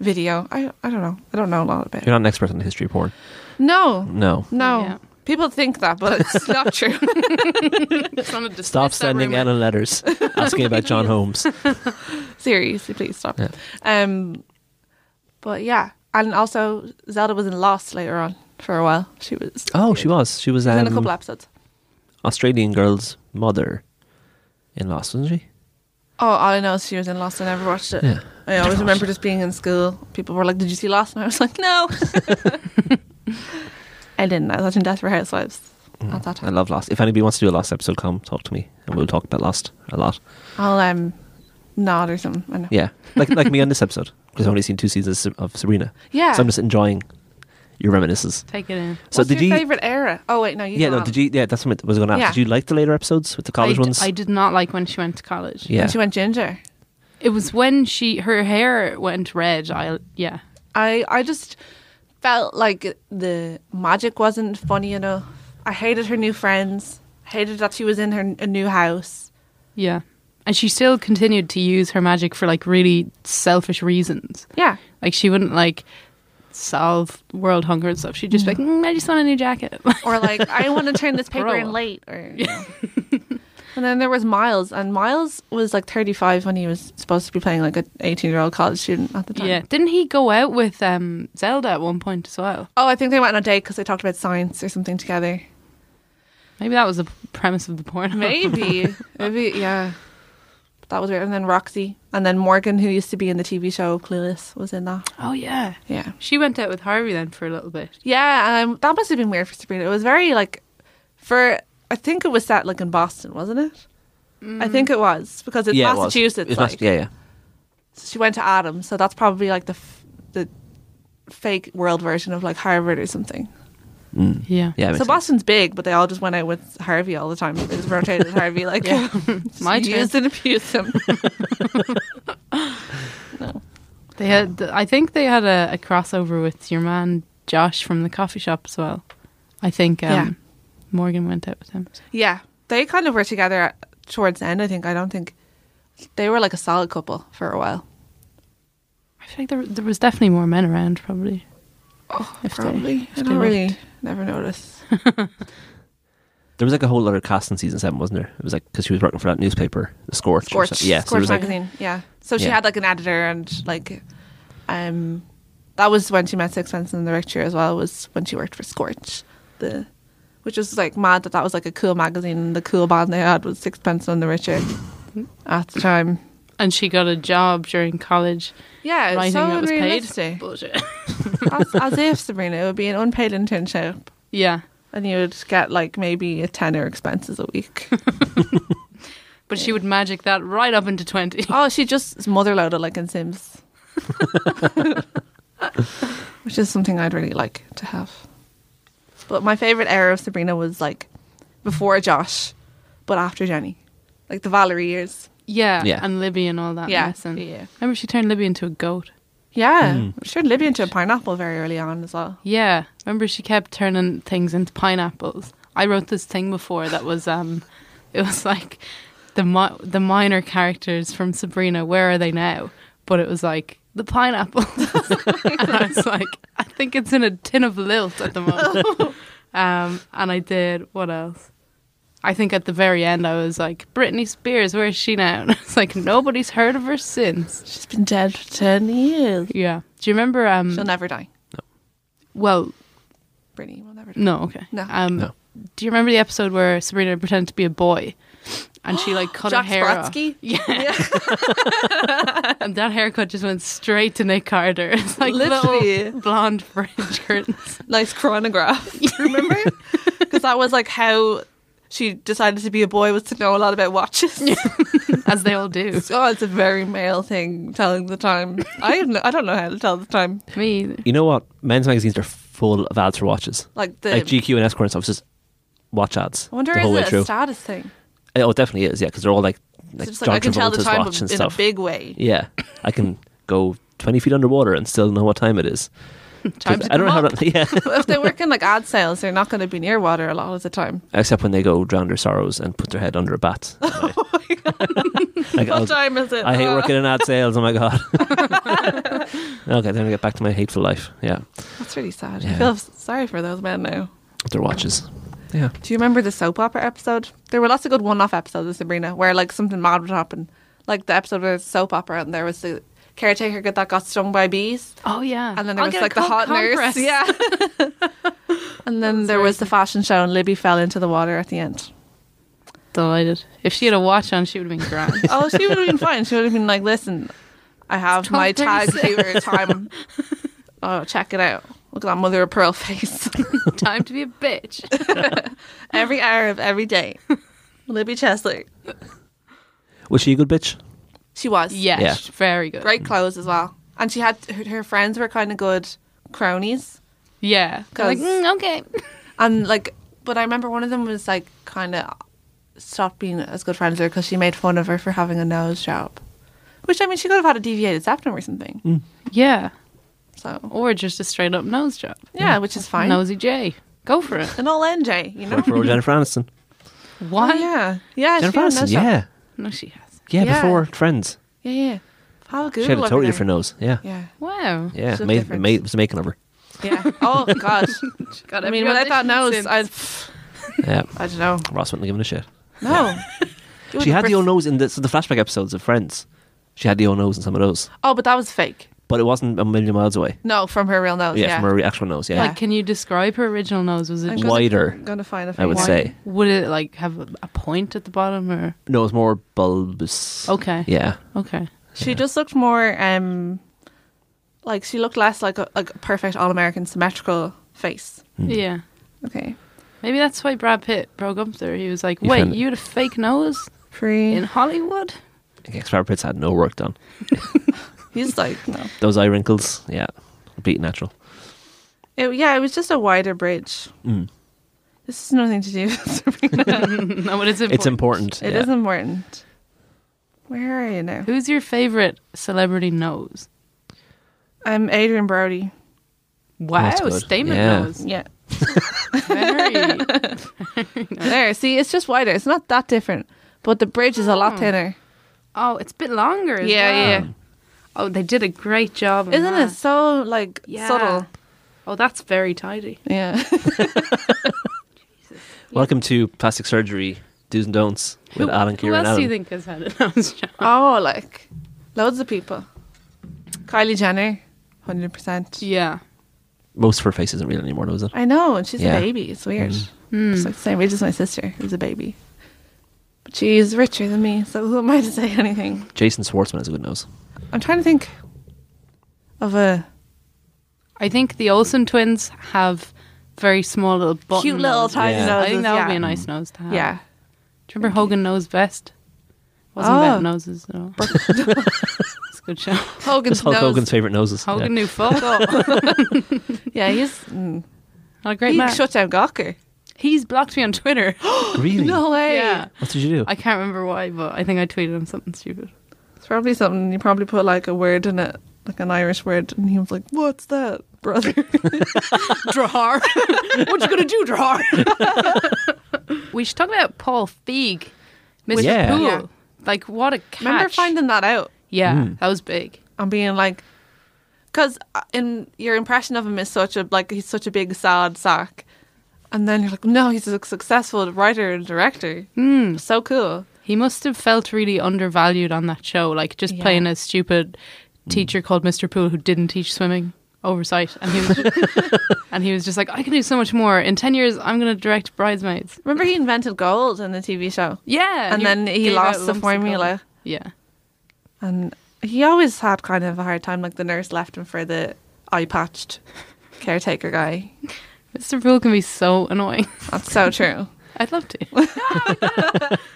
Video. I I don't know. I don't know a lot about
You're
it.
not an expert on the history of porn.
No,
No.
no.
Yeah.
People think that, but it's <laughs> not true.
Stop sending Ellen
<laughs>
letters asking about John Holmes.
Seriously, please stop.
Yeah.
Um, but yeah, and also Zelda was in Lost later on for a while. She was.
Oh, she was. She was
She was in a couple
um,
episodes.
Australian girl's mother in Lost, wasn't she?
Oh, all I know is she was in Lost. I never watched it.
Yeah.
I always remember just being in school. People were like, "Did you see Lost?" And I was
<laughs>
like, "No." I didn't. I was watching Desperate Housewives at that
Mm. I
time.
love Lost. If anybody wants to do a Lost episode, come talk to me, and we'll talk about Lost a lot.
I'll um, nod or something. I know.
Yeah, like like me on this episode because I've only seen two seasons of Sabrina.
Yeah.
So I'm just enjoying your reminiscences.
Take it in.
So
What's
did
your
you?
favorite era? Oh wait, no. You
Yeah,
go
no.
on.
Did you? Yeah, that's what I was going to ask.
Yeah.
Did you like the later episodes with the college
I d-
ones?
I did not like when she went to college.
yeah,
When she went ginger.
It was when she her hair went red. I yeah.
I I just felt like the magic wasn't funny enough. I hated her new friends. Hated that she was in her a new house.
Yeah. And she still continued to use her magic for like really selfish reasons.
Yeah.
Like she wouldn't like solve world hunger and stuff. She'd just be like, mm, I just want a new jacket. <laughs>
or like I want <laughs> to turn this paper
Grow
in
up.
late or <laughs> and then there was Miles and Miles was like 35 when he was supposed to be playing like an 18 year old college student at the time
yeah. Didn't he go out with um, Zelda at one point as well?
oh I think they went on a date because they talked about science or something together
Maybe that was the premise of the
<laughs>
porn.
maybe maybe yeah But that was weird and then Roxy and then Morgan who used to be in the TV show Clueless was in that
<laughs> oh, yeah.
yeah
She went out with Harvey then for a little bit.
yeah and um, that must have been weird for Sabrina it was very like for I think it was set like in Boston wasn't it I think it was because it's
yeah, it was.
Massachusetts
It's
like.
Mass- yeah, yeah.
she went to Adams, so that's probably like the f- the fake world version of like Harvard or something.
Mm.
Yeah.
Yeah, it
so
makes sense.
Boston's big, but they all just went out with Harvey all the time. They
<laughs>
just rotated with Harvey like
Yeah.
just
My turn.
used and abused him.
<laughs>
no.
They had, I think they had a, a crossover with your man Josh from the coffee shop as well. I think um,
Yeah.
Morgan went out with him.
<laughs> Yeah, they kind of were together at, towards the end. I think I don't think they were like a solid couple for a while.
I feel like there, there was definitely more men around, probably.
Oh,
If they-
probably.
if
I
they
don't really
looked.
never notice.
There was like a whole other cast in season seven, wasn't there? It was like because she was working for that newspaper, the Scorch. or
Scorch,
something. Yeah, so there
Scorch
was like
magazine. Yeah. So she
Yeah.
had like an editor and like, um, that was when she met Sixpence and the Richter as well. Was when she worked for Scorch, the, which was like mad that that was like a cool magazine. and The cool band they had was Sixpence and the Richter, at the time.
And she got a job during college
Yeah,
writing
it's so
that was paid.
unrealistic. <laughs>
Bullshit.
as, as if Sabrina, it would be an unpaid internship,
yeah.
and you would get like maybe a tenner expenses a week.
But she would magic that right up into 20.
Oh, she just is motherloaded like in Sims. <laughs> Which is something I'd really like to have. But my favourite era of Sabrina was like before Josh, but after Jenny. Like the Valerie years.
Yeah.
Yeah.
And Libby and all that
Yeah.
mess. And
Yeah.
Remember she turned Libby into a goat.
Yeah. She turned Libby into a pineapple very early on as well.
Yeah. Remember she kept turning things into pineapples. I wrote this thing before that was um <laughs> it was like the mi- the minor characters from Sabrina, where are they now? But it was like the pineapple. <laughs> and I was like, I think it's in a tin of lilt at the moment. um and I did what else? I think at the very end I was like, Britney Spears, where is she now? <laughs> And it's like nobody's heard of her since.
She's been dead for 10 years.
Yeah. Do you remember um
She'll never die.
well,
Brittany will never die.
No, okay.
No.
Um,
No.
Do you remember the episode where Sabrina pretended to be a boy, and she like cut
Jack
her hair
Brodsky?
off? <laughs> Yeah. <laughs> and that haircut just went straight to Nick Carter. <laughs> It's like
Literally.
little blonde fringe curtains.
Nice <laughs> chronograph. Remember? <laughs> Because that was like how she decided to be a boy was to know a lot about watches.
as they all do.
<laughs> Oh, it's a very male thing telling the time. I have no, I don't know how to tell the time.
Me, either.
you know what? Men's magazines are full of ads for watches,
Like the
like GQ and Esquire and stuff. It's just watch ads
I wonder
the whole way
is it
through.
a status thing?
Oh, it definitely is. Yeah, because they're all like,
So
like
just like
John
I can tell the
Travolta's
time
watch and
but in
stuff.
a big way.
Yeah, I can go twenty feet underwater and still know what time it is.
Time
'Cause
to
I don't know
come
how.
up.
To, <laughs> yeah,
But if they work in like ad sales, they're not going to be near water a lot of the time.
except when they go drown their sorrows and put their head under a
<laughs>
bat. Like,
Oh What
I'll-
time is it?
I hate
<laughs> Ah.
working in ad sales. Oh my
<laughs>
god. okay, then we get back to my hateful life. Yeah,
That's really sad. I
Yeah.
feel s- sorry for those men now.
with their watches. Yeah,
Do you remember the soap opera episode? There were lots of good one-off episodes of Sabrina where like something mad would happen, like the episode where it's soap opera and there was the caretaker that got stung by bees.
Oh yeah.
And then there was
I'll get a
like the
cold
hot nurse. <laughs>
compress.
Yeah. and then there was the fashion show and Libby fell into the water at the end.
Delighted. If she had a watch on, she would have been grand.
<laughs> Oh, she would have been fine. She would have been like, listen, I have my tag favorite
<laughs>
time. Oh, check it out. Look at that mother of pearl face. <laughs>
Time to be a bitch.
every hour of every
<laughs>
day. Libby Chesley.
was she a good bitch?
She was.
Yeah,
Yeah.
she's very good.
Great clothes as well. And she had, her, her friends were kind of good cronies.
Yeah. Like
'Cause-
mm, okay.
And like, but I remember one of them was like kind of stopped being as good friends with her because she made fun of her for having a nose job, which I mean she could have had a deviated septum or something.
Mm.
Yeah.
So
Or just a straight up nose job.
yeah, which is fine.
Nosy J. Go for it.
An all NJ, you know. <laughs>
Worked for Jennifer Aniston.
Why?
Oh, yeah, yeah, she
Jennifer
had a
Aniston.
nose job.
Yeah.
No, she has.
yeah,
Yeah.
Before Friends,
yeah, yeah. Have a good
she had a totally different nose. Yeah,
Yeah,
Wow.
yeah.
So
made,
different.
<laughs>
made, it was the making of her.
Yeah.
<laughs>
Oh God.
God,
I mean, when I thought nose, I,
Yeah,
I don't know.
Ross wouldn't have given a shit.
No. It
<laughs>
was
She had
pers-
the old nose in the, so the flashback episodes of Friends. She had the old nose in some of those,
Oh, but that was fake.
but it wasn't a million miles away.
No, from her real nose.
yeah,
Yeah.
from her actual nose. Yeah,
Like, can you describe her original nose? Was it
I'm
just
gonna-
wider,
I'm gonna find a
I would
fake
wide?
one.
say.
Would it like have a- a point at the bottom or
No, it's more bulbous.
okay?
Yeah,
Okay.
She just looked more um, like she looked less like a, like a perfect all American symmetrical face.
Hmm.
Yeah.
Okay.
Maybe that's why Brad Pitt broke up with her. He was like,
You
"Wait,
found it-
you had a fake nose
Free.
in Hollywood?" <laughs>
Ex Brad Pitt's had no work done.
<laughs> He's like no.
Those eye wrinkles, yeah, beat natural.
It, yeah, it was just a wider bridge.
Mm.
This is nothing to do. with Sabrina.
no, but it's important.
It's important.
It
yeah.
is important. Where are you now?
Who's your favorite celebrity nose?
I'm Adrian Brody.
Wow,
that's good.
statement
Yeah.
nose.
Yeah.
<laughs> Very.
There. See, it's just wider. It's not that different, but the bridge is a lot
Oh.
thinner.
Oh, it's a bit longer. As
Yeah,
well.
yeah.
Oh, they did a great job. on
Isn't it
that.
so like
Yeah.
subtle?
Oh, that's very tidy.
Yeah.
Welcome to plastic surgery do's and don'ts with Alan
Who
Kieran.
else
Allen.
do you think has had a <laughs> nose job?
oh, like loads of people. Kylie Jenner, hundred percent.
Yeah.
Most of her face isn't real anymore, though, is it?
I know, and she's
Yeah. Mm.
a baby. It's weird. She's like the same age as my sister, who's a baby. But she's richer than me, so who am I to say anything?
Jason Schwartzman has a good nose.
I'm trying to think of a
I think the Olsen twins have very small little button
cute little
noses.
tiny
Yeah.
nose.
I think that would
yeah.
be a nice nose to have.
Yeah.
Do you remember Hogan Knows Best? Wasn't about
Oh.
noses at
<laughs>
all. it's a
<laughs>
good show.
Hogan's
Just Hulk
nose.
Hogan's favorite noses.
Hogan
yeah.
knew
<laughs>
fuck all.
Yeah, he's mm,
Not a great
he
man.
shut down Gawker.
He's blocked me
<gasps>
on Twitter.
Really?
No way.
yeah.
What did you do?
I can't remember why, but I think I tweeted him something stupid.
It's probably something you probably put like a word in it, like an Irish word, and he was like, "What's that, <laughs> brother?"
<laughs> Drahar. what you gonna do, Drahar? <laughs> we should talk about Paul Feig, Mr.
Yeah.
Poole.
Yeah.
Like what a catch.
Remember finding that out
Yeah,
Hmm.
that was big.
and being like, because in your impression of him is such a like he's such a big sad sack, and then you're like, no, he's a successful writer and director.
Hmm.
Mm. So cool.
He must have felt really undervalued on that show, like just
Yeah.
playing a stupid
Mm.
teacher called Mr. Poole who didn't teach swimming oversight, and he was
<laughs>
and he was just like, I can do so much more. In ten years, I'm going to direct Bridesmaids.
Remember he invented gold in the TV show,
Yeah,
and then he
gave out
lost the
lumps of gold.
formula.
Yeah,
And he always had kind of a hard time. Like the nurse left him for the eye
<laughs>
patched caretaker guy.
Mr. Poole can be so annoying. <laughs>
That's so true.
I'd love
<laughs>
to. <laughs>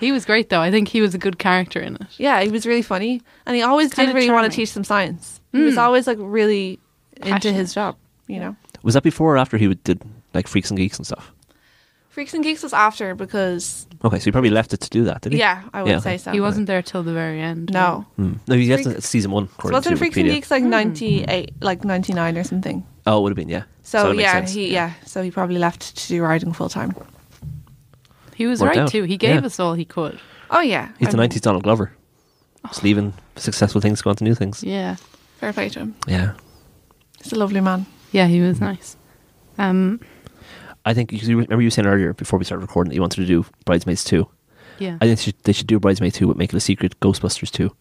He was great though. I think he was a good character in it.
Yeah, he was really funny, and he always did
kinda
really want
charming. Hmm.
to teach them science. He was always like really into his job, you know.
Was that before or after he would- did like Freaks and Geeks and stuff?
Freaks and Geeks was after because
Okay, so he probably left it to do that, did he?
yeah, I would
Yeah,
say
okay.
so.
He wasn't there till the very end.
no.
Hmm. No, he left
Freak-
it at season one.
So
according
wasn't
to
Freaks and
Wikipedia.
Geeks like ninety eight, like ninety nine or something?
Oh, it would have been yeah.
So,
that makes
yeah,
sense.
he yeah. so he probably left to do writing full time.
He was
Worked
right
out.
too. He gave
Yeah.
us all he could.
Oh yeah,
He's the
I'm-
nineties Donald Glover.
Oh.
Just leaving successful things to go on to new things.
Yeah.
Fair play to him.
Yeah.
He's a lovely man.
Yeah, he was nice. Um,
I think you remember you saying earlier before we started recording that you wanted to do Bridesmaids two.
yeah.
I think they should, they should do Bridesmaid 2, but make it a secret Ghostbusters 2.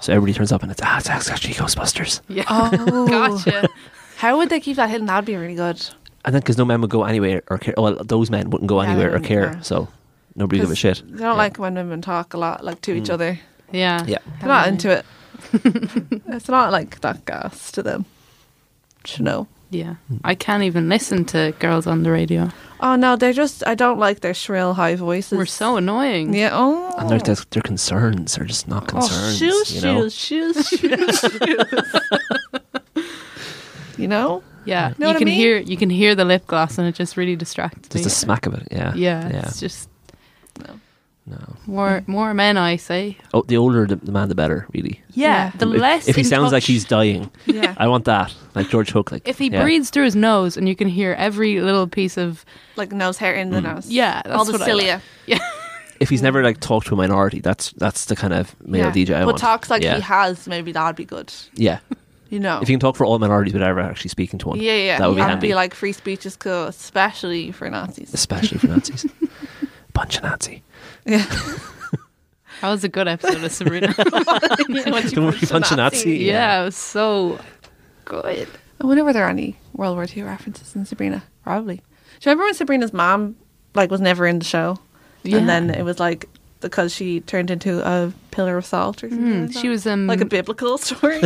So everybody turns up and it's, ah, it's actually Ghostbusters.
yeah.
<laughs> Oh,
gotcha.
How would they keep that hidden? That'd be really good.
And then, because no man would go anywhere or care. Well, those men wouldn't go
Yeah, they
anywhere or
wouldn't,
care.
no.
So nobody give a
'Cause
shit.
They don't like when women talk a lot, like to
Hmm.
each other.
<laughs> Yeah.
Yeah.
They're not into it. it's not like that gas to them. To know.
Yeah. I can't even listen to girls on the radio.
Oh no, they're just. I don't like their shrill high voices.
We're so annoying.
yeah. Oh.
And their, their, their concerns are just not
Oh,
concerns.
shoes,
you know?
shoes,
<laughs>
shoes, shoes, you know.
Yeah.
Know what I
you can
mean?
hear you can hear the lip gloss and it just really distracts
Just
me.
the smack of it. Yeah.
yeah,
Yeah.
It's just
No.
Mm.
more more men I say.
Oh, the older the, the man, the better, really.
Yeah.
The
If-
less
If he
in
sounds like
touch-
he's dying,
Yeah.
I want that. Like George Hook. Like
if he
yeah.
breathes through his nose and you can hear every little piece of
like nose hair in the
Mm.
nose.
yeah, that's
All the
what I
cilia.
like. Yeah.
If he's never like talked to a minority, that's that's the kind of male
yeah.
DJ I
but
want.
talks like
yeah.
he has, maybe that'd be good.
Yeah.
You know.
If you can talk for all minorities without ever actually speaking to one,
yeah, yeah.
that would be
I'd
handy,
be like free speech is cool, especially for
<laughs>
Nazis.
especially
<laughs>
for Nazis. Punch a Nazi.
Yeah.
That was a good episode
<laughs>
of Sabrina.
<laughs> Once you
Don't worry, punch a Nazi.
yeah, it was so good.
I wonder were there any World War II references in Sabrina? Probably. Do you remember when Sabrina's mom like was never in the show,
Yeah.
and then it was like because she turned into a pillar of salt or something? like that?
She was um,
like a biblical <laughs>
<laughs>
story.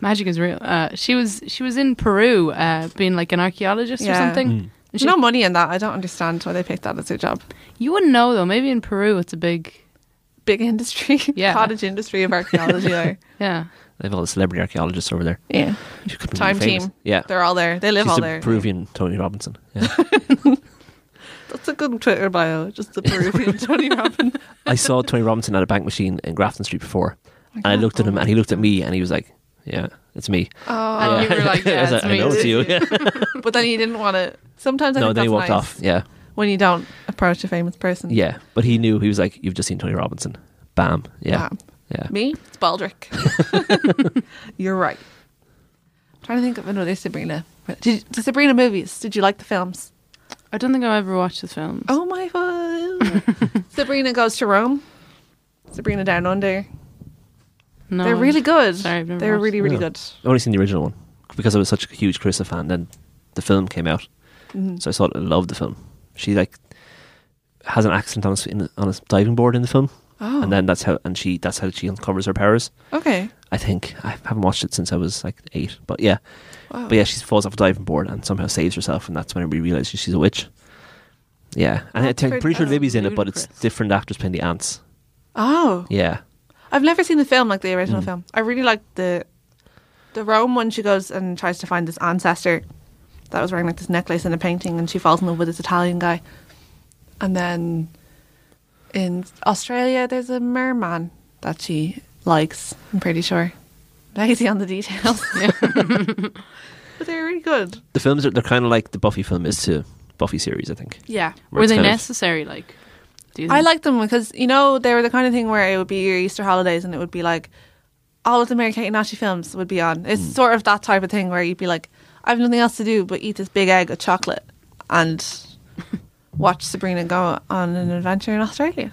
magic is real. Uh, she was she was in Peru, uh, being like an archaeologist or
Yeah.
something. And
There's
she-
no money in that. I don't understand why they picked that as their job.
you wouldn't know though. Maybe in Peru, it's a big
Big industry,
<laughs> Yeah.
cottage industry of archaeology.
<laughs>
there.
yeah.
They have all the celebrity archaeologists over there.
Yeah,
She could be
time
really famous.
team.
Yeah.
they're all there. They live
She's
all
a
there.
Peruvian Tony Robinson. Yeah.
That's a good Twitter bio.
<laughs>
Just the Peruvian Tony Robbins.
I saw Tony Robinson at a bank machine in Grafton Street before, and I looked at him, and he looked at me, and he was like, "Yeah, it's me."
Oh,
And
yeah.
you were
<laughs>
like,
I,
yeah,
was
it's
like, I
me.
know it's
<laughs>
<laughs>
you. Yeah.
but then he didn't want to. Sometimes
<laughs>
I
no,
think
then he
that's
walked
nice.
off. Yeah,
when you don't approach a famous person.
yeah, but he knew he was like, "You've just seen Tony Robinson." Bam. Yeah,
Bam.
yeah.
Me? It's Baldric.
<laughs>
You're right. I'm trying to think of another Sabrina. Did the Sabrina movies? Did you like the films?
I don't think I've ever watched the film.
Oh my
<laughs>
god! Sabrina goes to Rome. Sabrina Down Under.
no,
They're really good.
Sorry, I've never
They're
watched
really,
it.
really
Yeah.
good.
I've only seen the original one because I was such a huge Carissa fan. Then the film came out,
Mhm.
so I saw it and loved the film. She like has an accident on a, s- in, on a diving board in the film,
Oh,
and then that's how and she that's how she uncovers her powers.
okay.
I think I haven't watched it since I was like eight, but yeah,
Wow.
but yeah, she falls off a diving board and somehow saves herself, and that's when we realise she's a witch. Yeah, and I
That's
think,
pretty-
pretty sure
that's
Libby's in it, but it's
ludicrous.
different actors playing the ants.
Oh,
Yeah,
I've never seen the film like the original
Mm.
film. I really like the the Rome one. She goes and tries to find this ancestor that was wearing like this necklace and a painting, and she falls in love with this Italian guy. And then in Australia, there's a merman that she likes. I'm pretty sure. Lazy on the details, <laughs> but they're really good.
the films are they're kind of like the Buffy film is to Buffy series, I think.
Yeah,
where
Were
it's
they
kind of-
necessary? Like, do you
I
think?
liked them because you know they were the kind of thing where it would be your Easter holidays and it would be like all of the Mary Kate and Ashley films would be on. It's sort of that type of thing where you'd be like, I've nothing else to do but eat this big egg of chocolate <laughs> and watch Sabrina go on an adventure in Australia.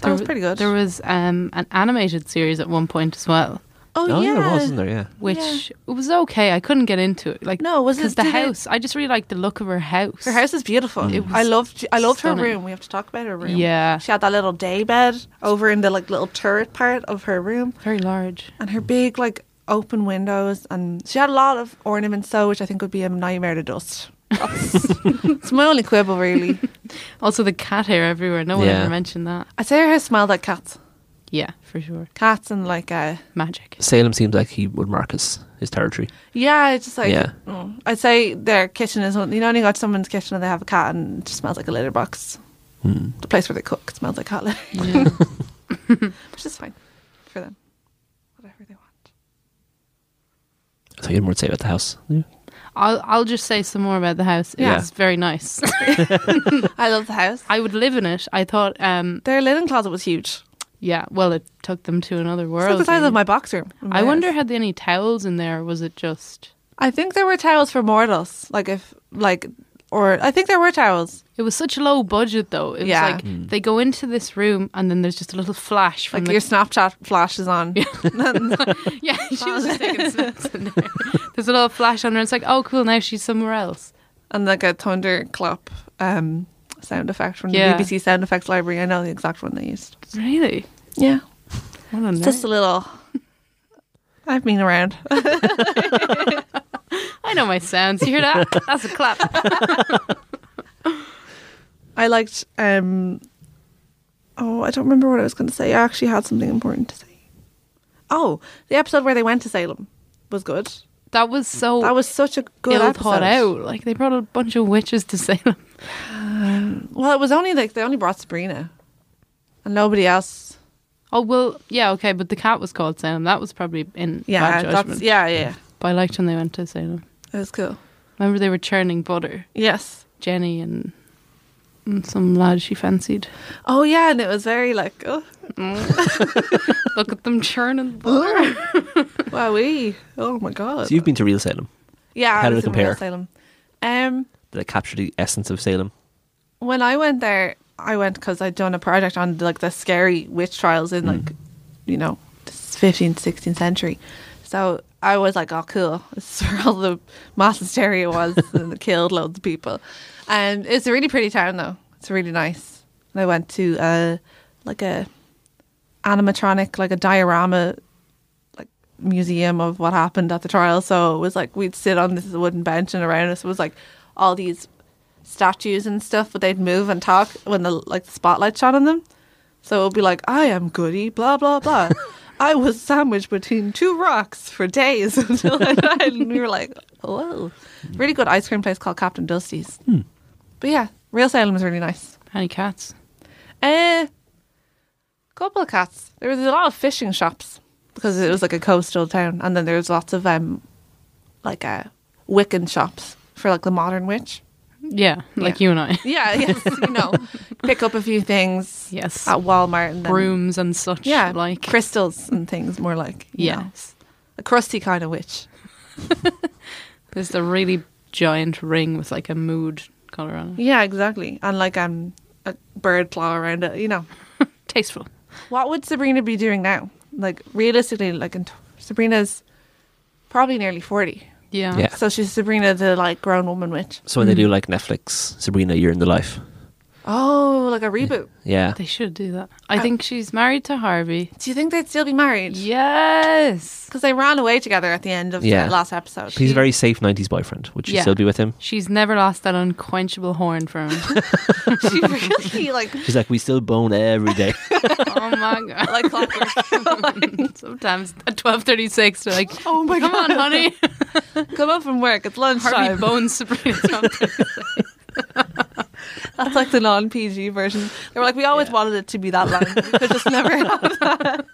That was
wa-
pretty good.
There was um, an animated series at one point as well,
oh,
Oh,
yeah,
yeah, it was, wasn't there? Yeah.
which was okay. I couldn't get into it. Like,
No, was it-
'cause the
did it-
house? I just really liked the look of her house.
Her house is beautiful.
It was
I loved. I loved
stunning.
her room. We have to talk about her room.
Yeah.
she had that little day bed over in the like little turret part of her room.
very large.
and her big like open windows and she had a lot of ornaments though which i think would be a nightmare to
<laughs>
dust That's- it's my only quibble really
Also, the cat hair everywhere. No one
Yeah.
ever mentioned that.
i say her house smelled like cats
Yeah, for sure.
cats and like uh
<laughs>
Magic.
Salem seems like he would mark his, his territory.
yeah it's just like
Yeah.
mm. i'd say their kitchen is one you know when you go to someone's kitchen and they have a cat and it just smells like a litter box
Hmm.
the place where they cook smells like cat litter <laughs>
Yeah.
which is fine for them whatever they want
I thought you had more to say about the house. Yeah.
I'll I'll just say some more about the house.
Yeah.
It's very nice. <laughs>
i love the house
I would live in it. I thought, um,
their linen closet was huge
yeah. Well, it took them to another
it's like
world.
the size of
really.
my box room in my
I wonder
house.
had they any towels in there? Or was it just?
I think there were towels for mortals. Like if like or I think there were towels.
It was such a low budget though. It was
Yeah. Mm.
like they go into this room and then there's just a little flash from
Like
the
your Snapchat flashes on.
<laughs> yeah. She was
<laughs>
just taking snaps in there. There's a little flash on her. It's like oh cool now she's somewhere else.
and like a thunderclap um sound effect from
Yeah.
the BBC sound effects library. I know the exact one they used.
Really?
Yeah.
I don't know.
Just a little <laughs> I've been around. <laughs>
I know my sounds. You
<laughs>
hear that? That's a clap.
I liked um Oh, I don't remember what I was gonna say. I actually had something important to say. Oh, the episode where they went to Salem was good.
That was so
That was such a good
ill
episode.
thought out. Like they brought a bunch of witches to <laughs> Salem.
Well, it was only like they only brought Sabrina, and nobody else.
Oh well, yeah, okay, but the cat was called Salem. That was probably in
Yeah,
bad
that's
judgment.
yeah, yeah.
But I liked when they went to Salem.
It was cool.
Remember they were churning butter.
Yes.
Jenny and and some lad she fancied.
Oh yeah, and it was very like. Oh,
<laughs> Look at them churning butter.
wow, Wowee. Oh my god.
So you've been to real Salem.
yeah,
how
I
did
was
it
in Real
compare?
Salem. Um,
Did it capture the essence of Salem?
when I went there, I went because I'd done a project on like the scary witch trials in like, you know, the 15th, 16th century. So I was like, oh, cool. <laughs> This is where all the mass hysteria was and they killed loads of people. And it's a really pretty town though. It's really nice. And I went to uh, like a animatronic, like a diorama like museum of what happened at the trial. So it was like we'd sit on this wooden bench and around us was like all these statues and stuff, but they'd move and talk when the like the spotlight shone on them. So it would be like, I am Goody, blah blah blah. I was sandwiched between two rocks for days <laughs> until I died, and we were like, "Whoa!" Really good ice cream place called Captain Dusty's. But yeah, Real Salem is really nice.
Any cats?
Uh, couple of cats. There was a lot of fishing shops because it was like a coastal town, and then there was lots of um, like uh, Wiccan shops for like the modern witch.
Yeah, like
Yeah.
you and I.
Yeah, <laughs> yes, you know, pick up a few things
Yes.
at Walmart and then
Brooms and such.
yeah,
like
crystals and things more like you know,
yes.
a crusty kind of witch.
There's the really giant ring with like a mood color on it.
Yeah, exactly, and like um, a bird claw around it. You know,
Tasteful.
what would Sabrina be doing now? Like realistically, like in t- Sabrina's probably nearly forty.
Yeah.
Yeah.
So she's Sabrina, the like grown woman witch.
So when they do like Netflix, Sabrina, you're in the life.
Oh, like a reboot.
Yeah.
They should do that. I think she's married to Harvey.
Do you think they'd still be married?
Yes.
Because they ran away together at the end of
Yeah.
the last episode.
He's a very safe 90s boyfriend. Would she
Yeah.
still be with him?
She's never lost that unquenchable horn
<laughs>
from him.
<laughs> she really like <laughs>
She's like, we still bone every day. <laughs>
oh my god.
like clockwork.
<laughs> Sometimes at twelve thirty six they're like
<laughs> Oh my
Come
<laughs>
on, honey.
Come home from work. It's
Harvey
lunchtime.
bones Sabrina Thompson.
<laughs> That's like the non PG version. They were like, we always wanted it to be that long. We could <laughs> just never have that.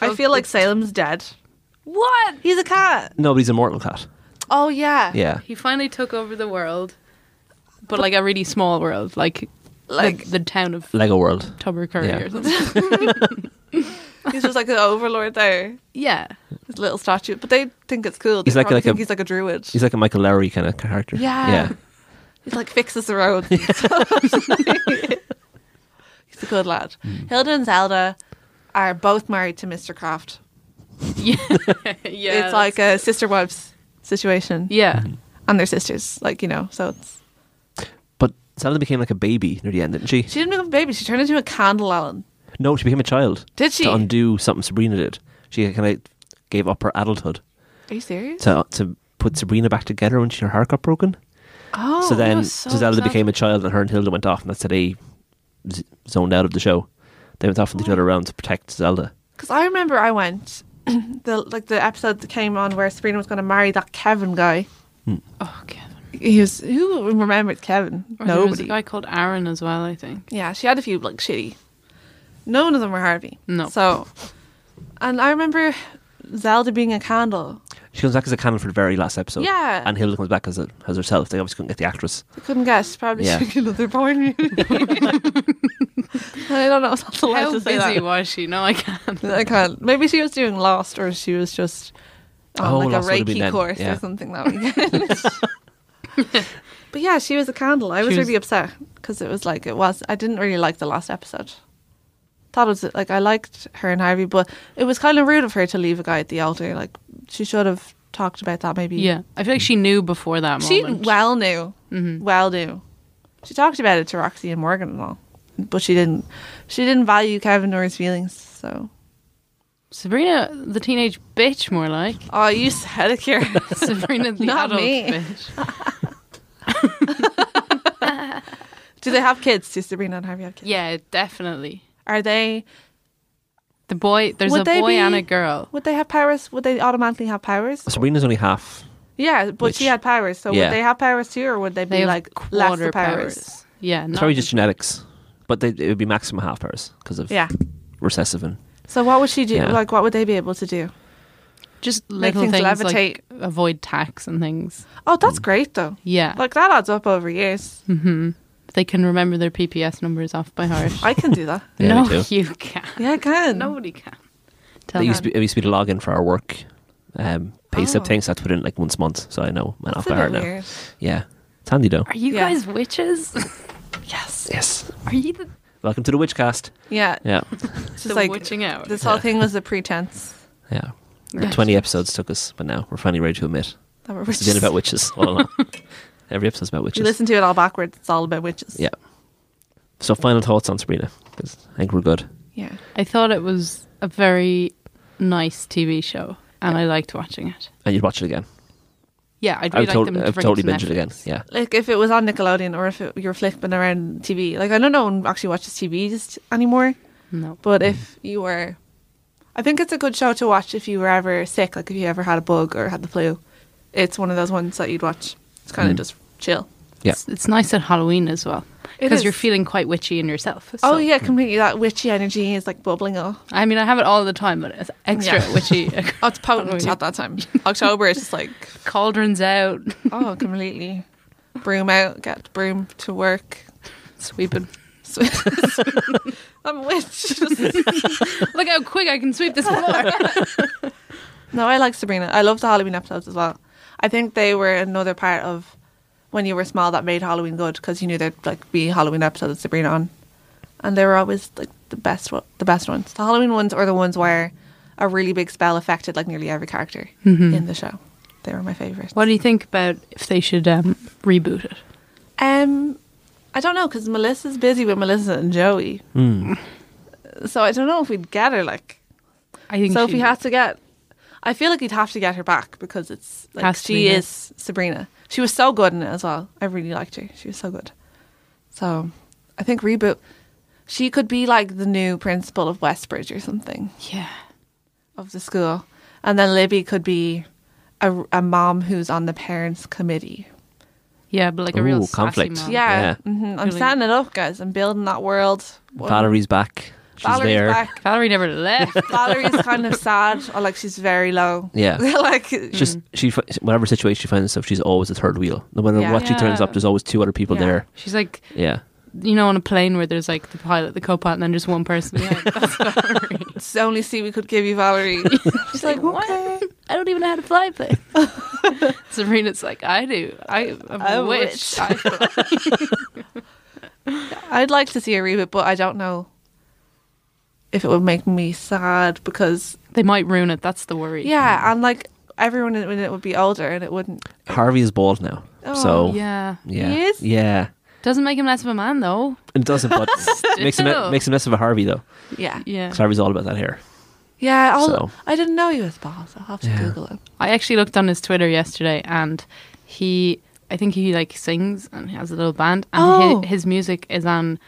I feel like Salem's dead.
What?
He's a cat.
no, but he's a mortal cat.
Oh, yeah.
Yeah.
He finally took over the world. But like a really small world, like like
Like-
the, the town of
Lego World.
Tubbercurry
Yeah.
or something. <laughs>
He's just like an overlord there.
Yeah.
His little statue. But they think it's cool. They
He's like-
probably
like a-
think he's like a druid.
He's like a Michael Lowry kind of character.
Yeah.
Yeah.
He's like fixes the road. <laughs> He's a good lad. Hilda and Zelda are both married to Mr. Croft.
Yeah. yeah.
it's like a sister wives situation.
Yeah.
And they're sisters, like, you know, so it's
But Zelda became like a baby near the end, didn't she?
she didn't become a baby, she turned into a candle, Alan.
No, she became a child.
Did she?
To undo something Sabrina did. She kind of gave up her adulthood
Are you serious?
to to put Sabrina back together when she, her heart got broken.
Oh
so then
was so
so Zelda
sad.
became a child and her and Hilda went off, and that's how they z- zoned out of the show. They went off into another round to protect Zelda.
because I remember I went <clears throat> the like the episode that came on where Sabrina was gonna marry that Kevin guy.
Oh Kevin.
He was who remembered Kevin?
Or There was a
Nobody.
guy called Aaron as well,
<laughs>
I think.
Yeah, she had a few like shitty. None of them were Harvey.
No.
So, and I remember Zelda being a candle.
She comes back as a candle for the very last episode.
Yeah.
And Hilda comes back as, a, as herself. They obviously couldn't get the actress.
I couldn't guess. Probably
Yeah.
took another porn.
<laughs>
I don't know. if that's allowed
How
to
busy
say that.
was she? No, I can't.
I can't. Maybe she was doing Lost, or she was just on
Oh,
like
Lost
a
would've been
Reiki
then,
course
yeah.
or something that weekend. <laughs> but yeah, she was a candle. I was,
was-
really upset because it was like it was. I didn't really like the last episode. That was it. Like I liked her and Harvey, but it was kind of rude of her to leave a guy at the altar. Like she should have talked about that. Maybe.
Yeah, I feel like she knew before that
She
moment. Mm-hmm.
well knew. Well knew. She talked about it to Roxy and Morgan and all, but she didn't. She didn't value Kevin or his feelings. So.
Sabrina, the teenage bitch,
<laughs>
more like
Oh, you said
<laughs>
it, Kira.
Sabrina, the
Not
adult
me.
bitch.
Do they have kids? Do Sabrina and Harvey have kids?
Yeah, definitely.
Are they?
The boy, there's
Would
a
they
boy
be-
and a girl.
Would they have powers? Would they automatically have powers?
Sabrina's only half.
Yeah, but she
Which-
had powers. So
yeah.
would they have powers too, or would they be
have
like less
quarter
of powers?
Yeah,
It's
not,
probably just genetics. But they, it would be maximum half powers because of
Yeah.
recessive and
So what would she do?
Yeah.
Like, what would they be able to do?
just
make
little
things
things, like
levitate.
avoid tax and things.
Oh,
Mm.
that's great though.
Yeah, mm-hmm.
Like that adds up over years.
they can remember
<laughs>
their PPS numbers off by heart.
<laughs>
I can do that.
Yeah,
no,
me too.
you can't.
Yeah, I can.
Nobody can. Tell
It used, to
them.
be, it used to be the login for our work um, pay slip
Oh.
things. I had to put in like once a month, so I know man off
That's
by
a
heart
bit
now.
weird.
Yeah, it's handy though.
Are you
Yeah.
guys witches?
Yes.
Yes.
Are you the,
Welcome to the Witchcast.
Yeah.
Yeah,
the
like-
witching out?
This whole
Yeah.
thing was a pretense.
yeah.
Right.
Twenty episodes took us, but now we're finally ready to admit
That we're
it's been
witches.
about witches all
<laughs>
along. Every episode's about
You
witches.
listen to it all backwards. It's all about witches.
Yeah. So final thoughts on Sabrina because I think we're good.
Yeah.
I thought it was a very nice TV show, and I liked watching it.
And you'd watch it again.
Yeah, I'd
I
really
would
like
tot-
them to
I've
bring
totally
it
binge
to
it again.
Netflix.
Yeah.
like if it was on Nickelodeon or if it, you're flipping around TV. Like I don't know one actually watches TV just anymore,
No.
but if you were, I think it's a good show to watch if you were ever sick, like if you ever had a bug or had the flu. It's one of those ones that you'd watch. It's kind
Mm.
of just chill.
Yeah.
It's, it's nice at Halloween as well
It
because you're
is.
feeling quite witchy in yourself.
oh
so-
yeah, completely. That witchy energy is like bubbling up.
I mean, I have it all the time, but it's extra
Yeah. <laughs>
witchy. <laughs>
Oh, it's potent
Halloween.
at that time. <laughs> October is just <laughs> like
Cauldrons out, <laughs>
oh, completely. Broom out, get the broom to work.
sweeping.
So- I'm a <laughs> witch.
Look how quick I can sweep this
<laughs>
floor.
No, I like Sabrina. I love the Halloween episodes as well. I think they were another part of when you were small that made Halloween good because you knew there'd like be Halloween episodes of Sabrina on, and they were always like the best one, the best ones. The Halloween ones are the ones where a really big spell affected like nearly every character in the show. They were my favorite.
Mm-hmm. what do you think about if they should um, reboot it?
Um, I don't know because Melissa's busy with Melissa and Joey,
Hmm.
so I don't know if we'd get her like.
I think
So if he
she-
has to get, I feel like he'd have to get her back because it's like
Has to be,
she
yeah.
is Sabrina. She was so good in it as well. I really liked her. She was so good. So I think reboot. She could be like the new principal of Westbridge or something
yeah,
of the school, and then Libby could be a, a mom who's on the parents committee.
yeah, but like a
Ooh,
real sassy
conflict.
mom.
Yeah.
Yeah, hmm I'm
Really-
setting it up, guys. I'm building that world. What-
Valerie's back. She's
Valerie's
there.
back.
Valerie
<laughs>
never left.
Valerie's kind of sad, or like she's very low. <laughs>
Yeah.
like
Just she, fi- whatever situation she finds herself, she's always the third wheel. No matter
Yeah.
what she turns
Yeah.
up, there's always two other people
Yeah.
there.
She's like
Yeah.
you know, on a plane where there's like the pilot, the co-pilot, and then just one person.
<laughs>
Yeah, that's Valerie.
It's the only seat we could give you, <laughs> Valerie.
She's like, what? <laughs> I don't even know how to fly
<laughs>
a plane. <laughs> Serena's like, I do. I, I'm a
I'm a
witch.
witch.
I fly."
I'd like to see a reboot, but I don't know if it would make me sad because
<laughs> they might ruin it. That's the worry.
yeah, and like everyone in it would be older and it wouldn't.
Harvey is bald now.
Oh,
so
Yeah.
yeah,
He is?
yeah.
Doesn't make him less of a man, though.
It doesn't, but makes him
Still.
makes him less of a Harvey though.
Yeah,
Yeah.
'Cause Harvey's all about that hair.
yeah. I'll,
So.
I didn't know he was bald. I'll have to
Yeah.
Google it.
I actually looked on his Twitter yesterday and he, I think he like sings and he has a little band and
Oh.
his, his music is on,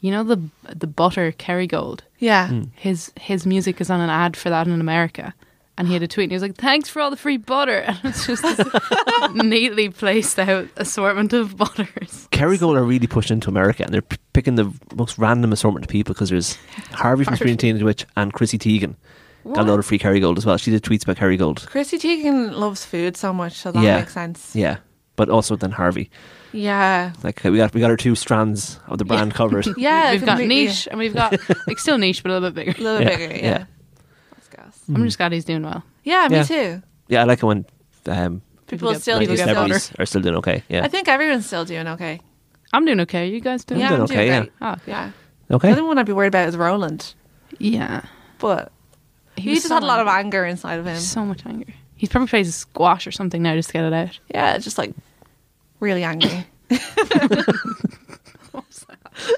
you know, the the butter Kerrygold.
Yeah,
Hmm.
His his music is on an ad for that in America. And he had a tweet and he was like, thanks for all the free butter. <laughs> And it's just this neatly placed out assortment of butters.
Kerrygold are really pushed into America, and they're p- picking the most random assortment of people because there's Harvey from Screen Teenage Witch and Chrissy Teigen got a lot of free Kerrygold as well. She did tweets about Kerrygold.
Chrissy Teigen loves food so much, so that
Yeah.
makes sense.
Yeah, but also then Harvey.
Yeah,
Like we got we got our two strands of the brand covered.
<laughs> yeah.
we've got
completely.
niche and
<laughs>
we've got like still niche but a little
a
bit bigger.
little
Yeah,
bigger. Yeah.
yeah.
That's gas.
I'm just glad he's doing well.
Yeah, me
Yeah.
too.
Yeah, I like it when um,
People,
get-
still
like
do
the
get better.
so.
celebrities are still doing okay. Yeah,
I think everyone's still doing okay.
I'm doing okay. You guys doing?
yeah,
doing
I'm
okay,
doing
yeah.
great.
Oh, yeah.
Yeah. The
okay.
only one I'd be worried about is Roland,
Yeah.
but he,
was
just
so
had a lot of
angry.
anger inside of him.
So much anger. He probably plays squash or something now just to get it out.
yeah, just like really
<coughs>
angry. <coughs>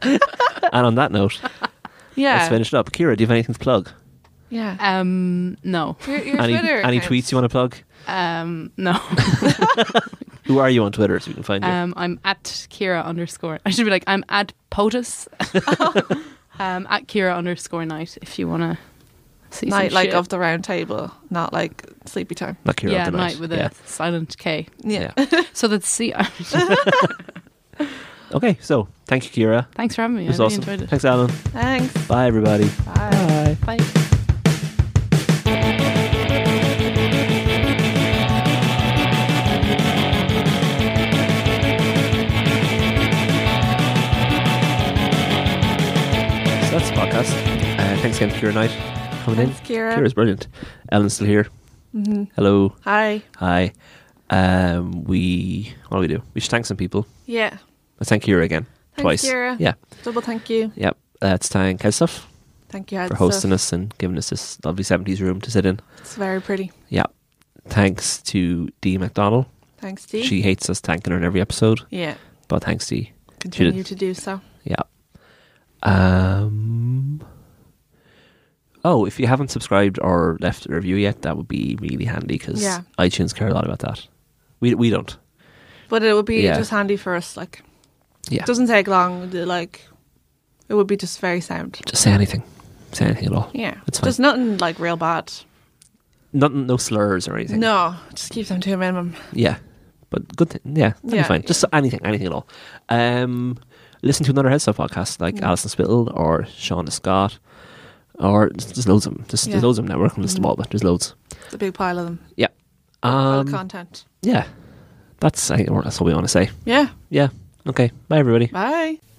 and on that
<laughs>
note,
yeah,
let's finish it up. Kira, do you have anything to plug?
yeah.
Um, no.
Your, your
any
Twitter
any
account.
tweets you want to plug?
Um, <laughs> no.
Who are you on Twitter so we can find you?
um, I'm at Kira underscore. I should be like, I'm at POTUS. <laughs> um, at Kira underscore night if you want to see
Night
some
like
shit.
of the round table, not like sleepy time.
Not Kira
yeah,
of the
night with
yeah.
a silent K.
<laughs> Yeah.
yeah.
So that's see.
okay, so thank you, Kira.
<laughs> Thanks for having me.
It was
I really
awesome.
enjoyed it.
Thanks, Alan.
Thanks.
Bye, everybody.
Bye.
Bye.
So that's the podcast. Uh, thanks again to Kira Knight. Come coming
Thanks,
in.
Ciara.
Kira's brilliant. Ellen's still here. Hello.
Hi.
Hi. Um, we what do we do? We should thank some people.
Yeah.
Let's thank Kira again.
Thanks,
Twice.
Ciara.
Yeah.
Double thank you.
Yep. Let's thank Howstuff
Thank you Ed.
for hosting us and giving us this lovely seventies room to sit in.
It's very pretty.
Yeah. Thanks to Dee McDonald.
Thanks, Dee.
She hates us thanking her in every episode.
yeah.
But thanks Dee.
Continue
did.
to do so.
Yeah. Um. Oh, if you haven't subscribed or left a review yet, that would be really handy because
Yeah.
iTunes care a lot about that. We we don't.
But it would be
Yeah.
just handy for us. Like,
Yeah.
it doesn't take long. to, Like, it would be just very sound.
Just say anything. Say anything at all.
Yeah.
It's fine.
There's nothing like real bad.
Not no slurs or anything.
No, just keep them to a minimum.
Yeah. But good thing. Yeah. That'd
Yeah.
be fine. Just anything, anything at all. Um listen to another headstuff podcast like Alison Spittle or Shauna Scott. Or there's loads of them. There's, there's
Yeah. Mm-hmm.
loads of them now. We're not going to listen to them all, but there's loads.
The big pile of them.
Yeah.
All
Um,
the content.
yeah. That's I, or that's what we want to say.
Yeah.
Yeah. Okay. Bye, everybody.
Bye.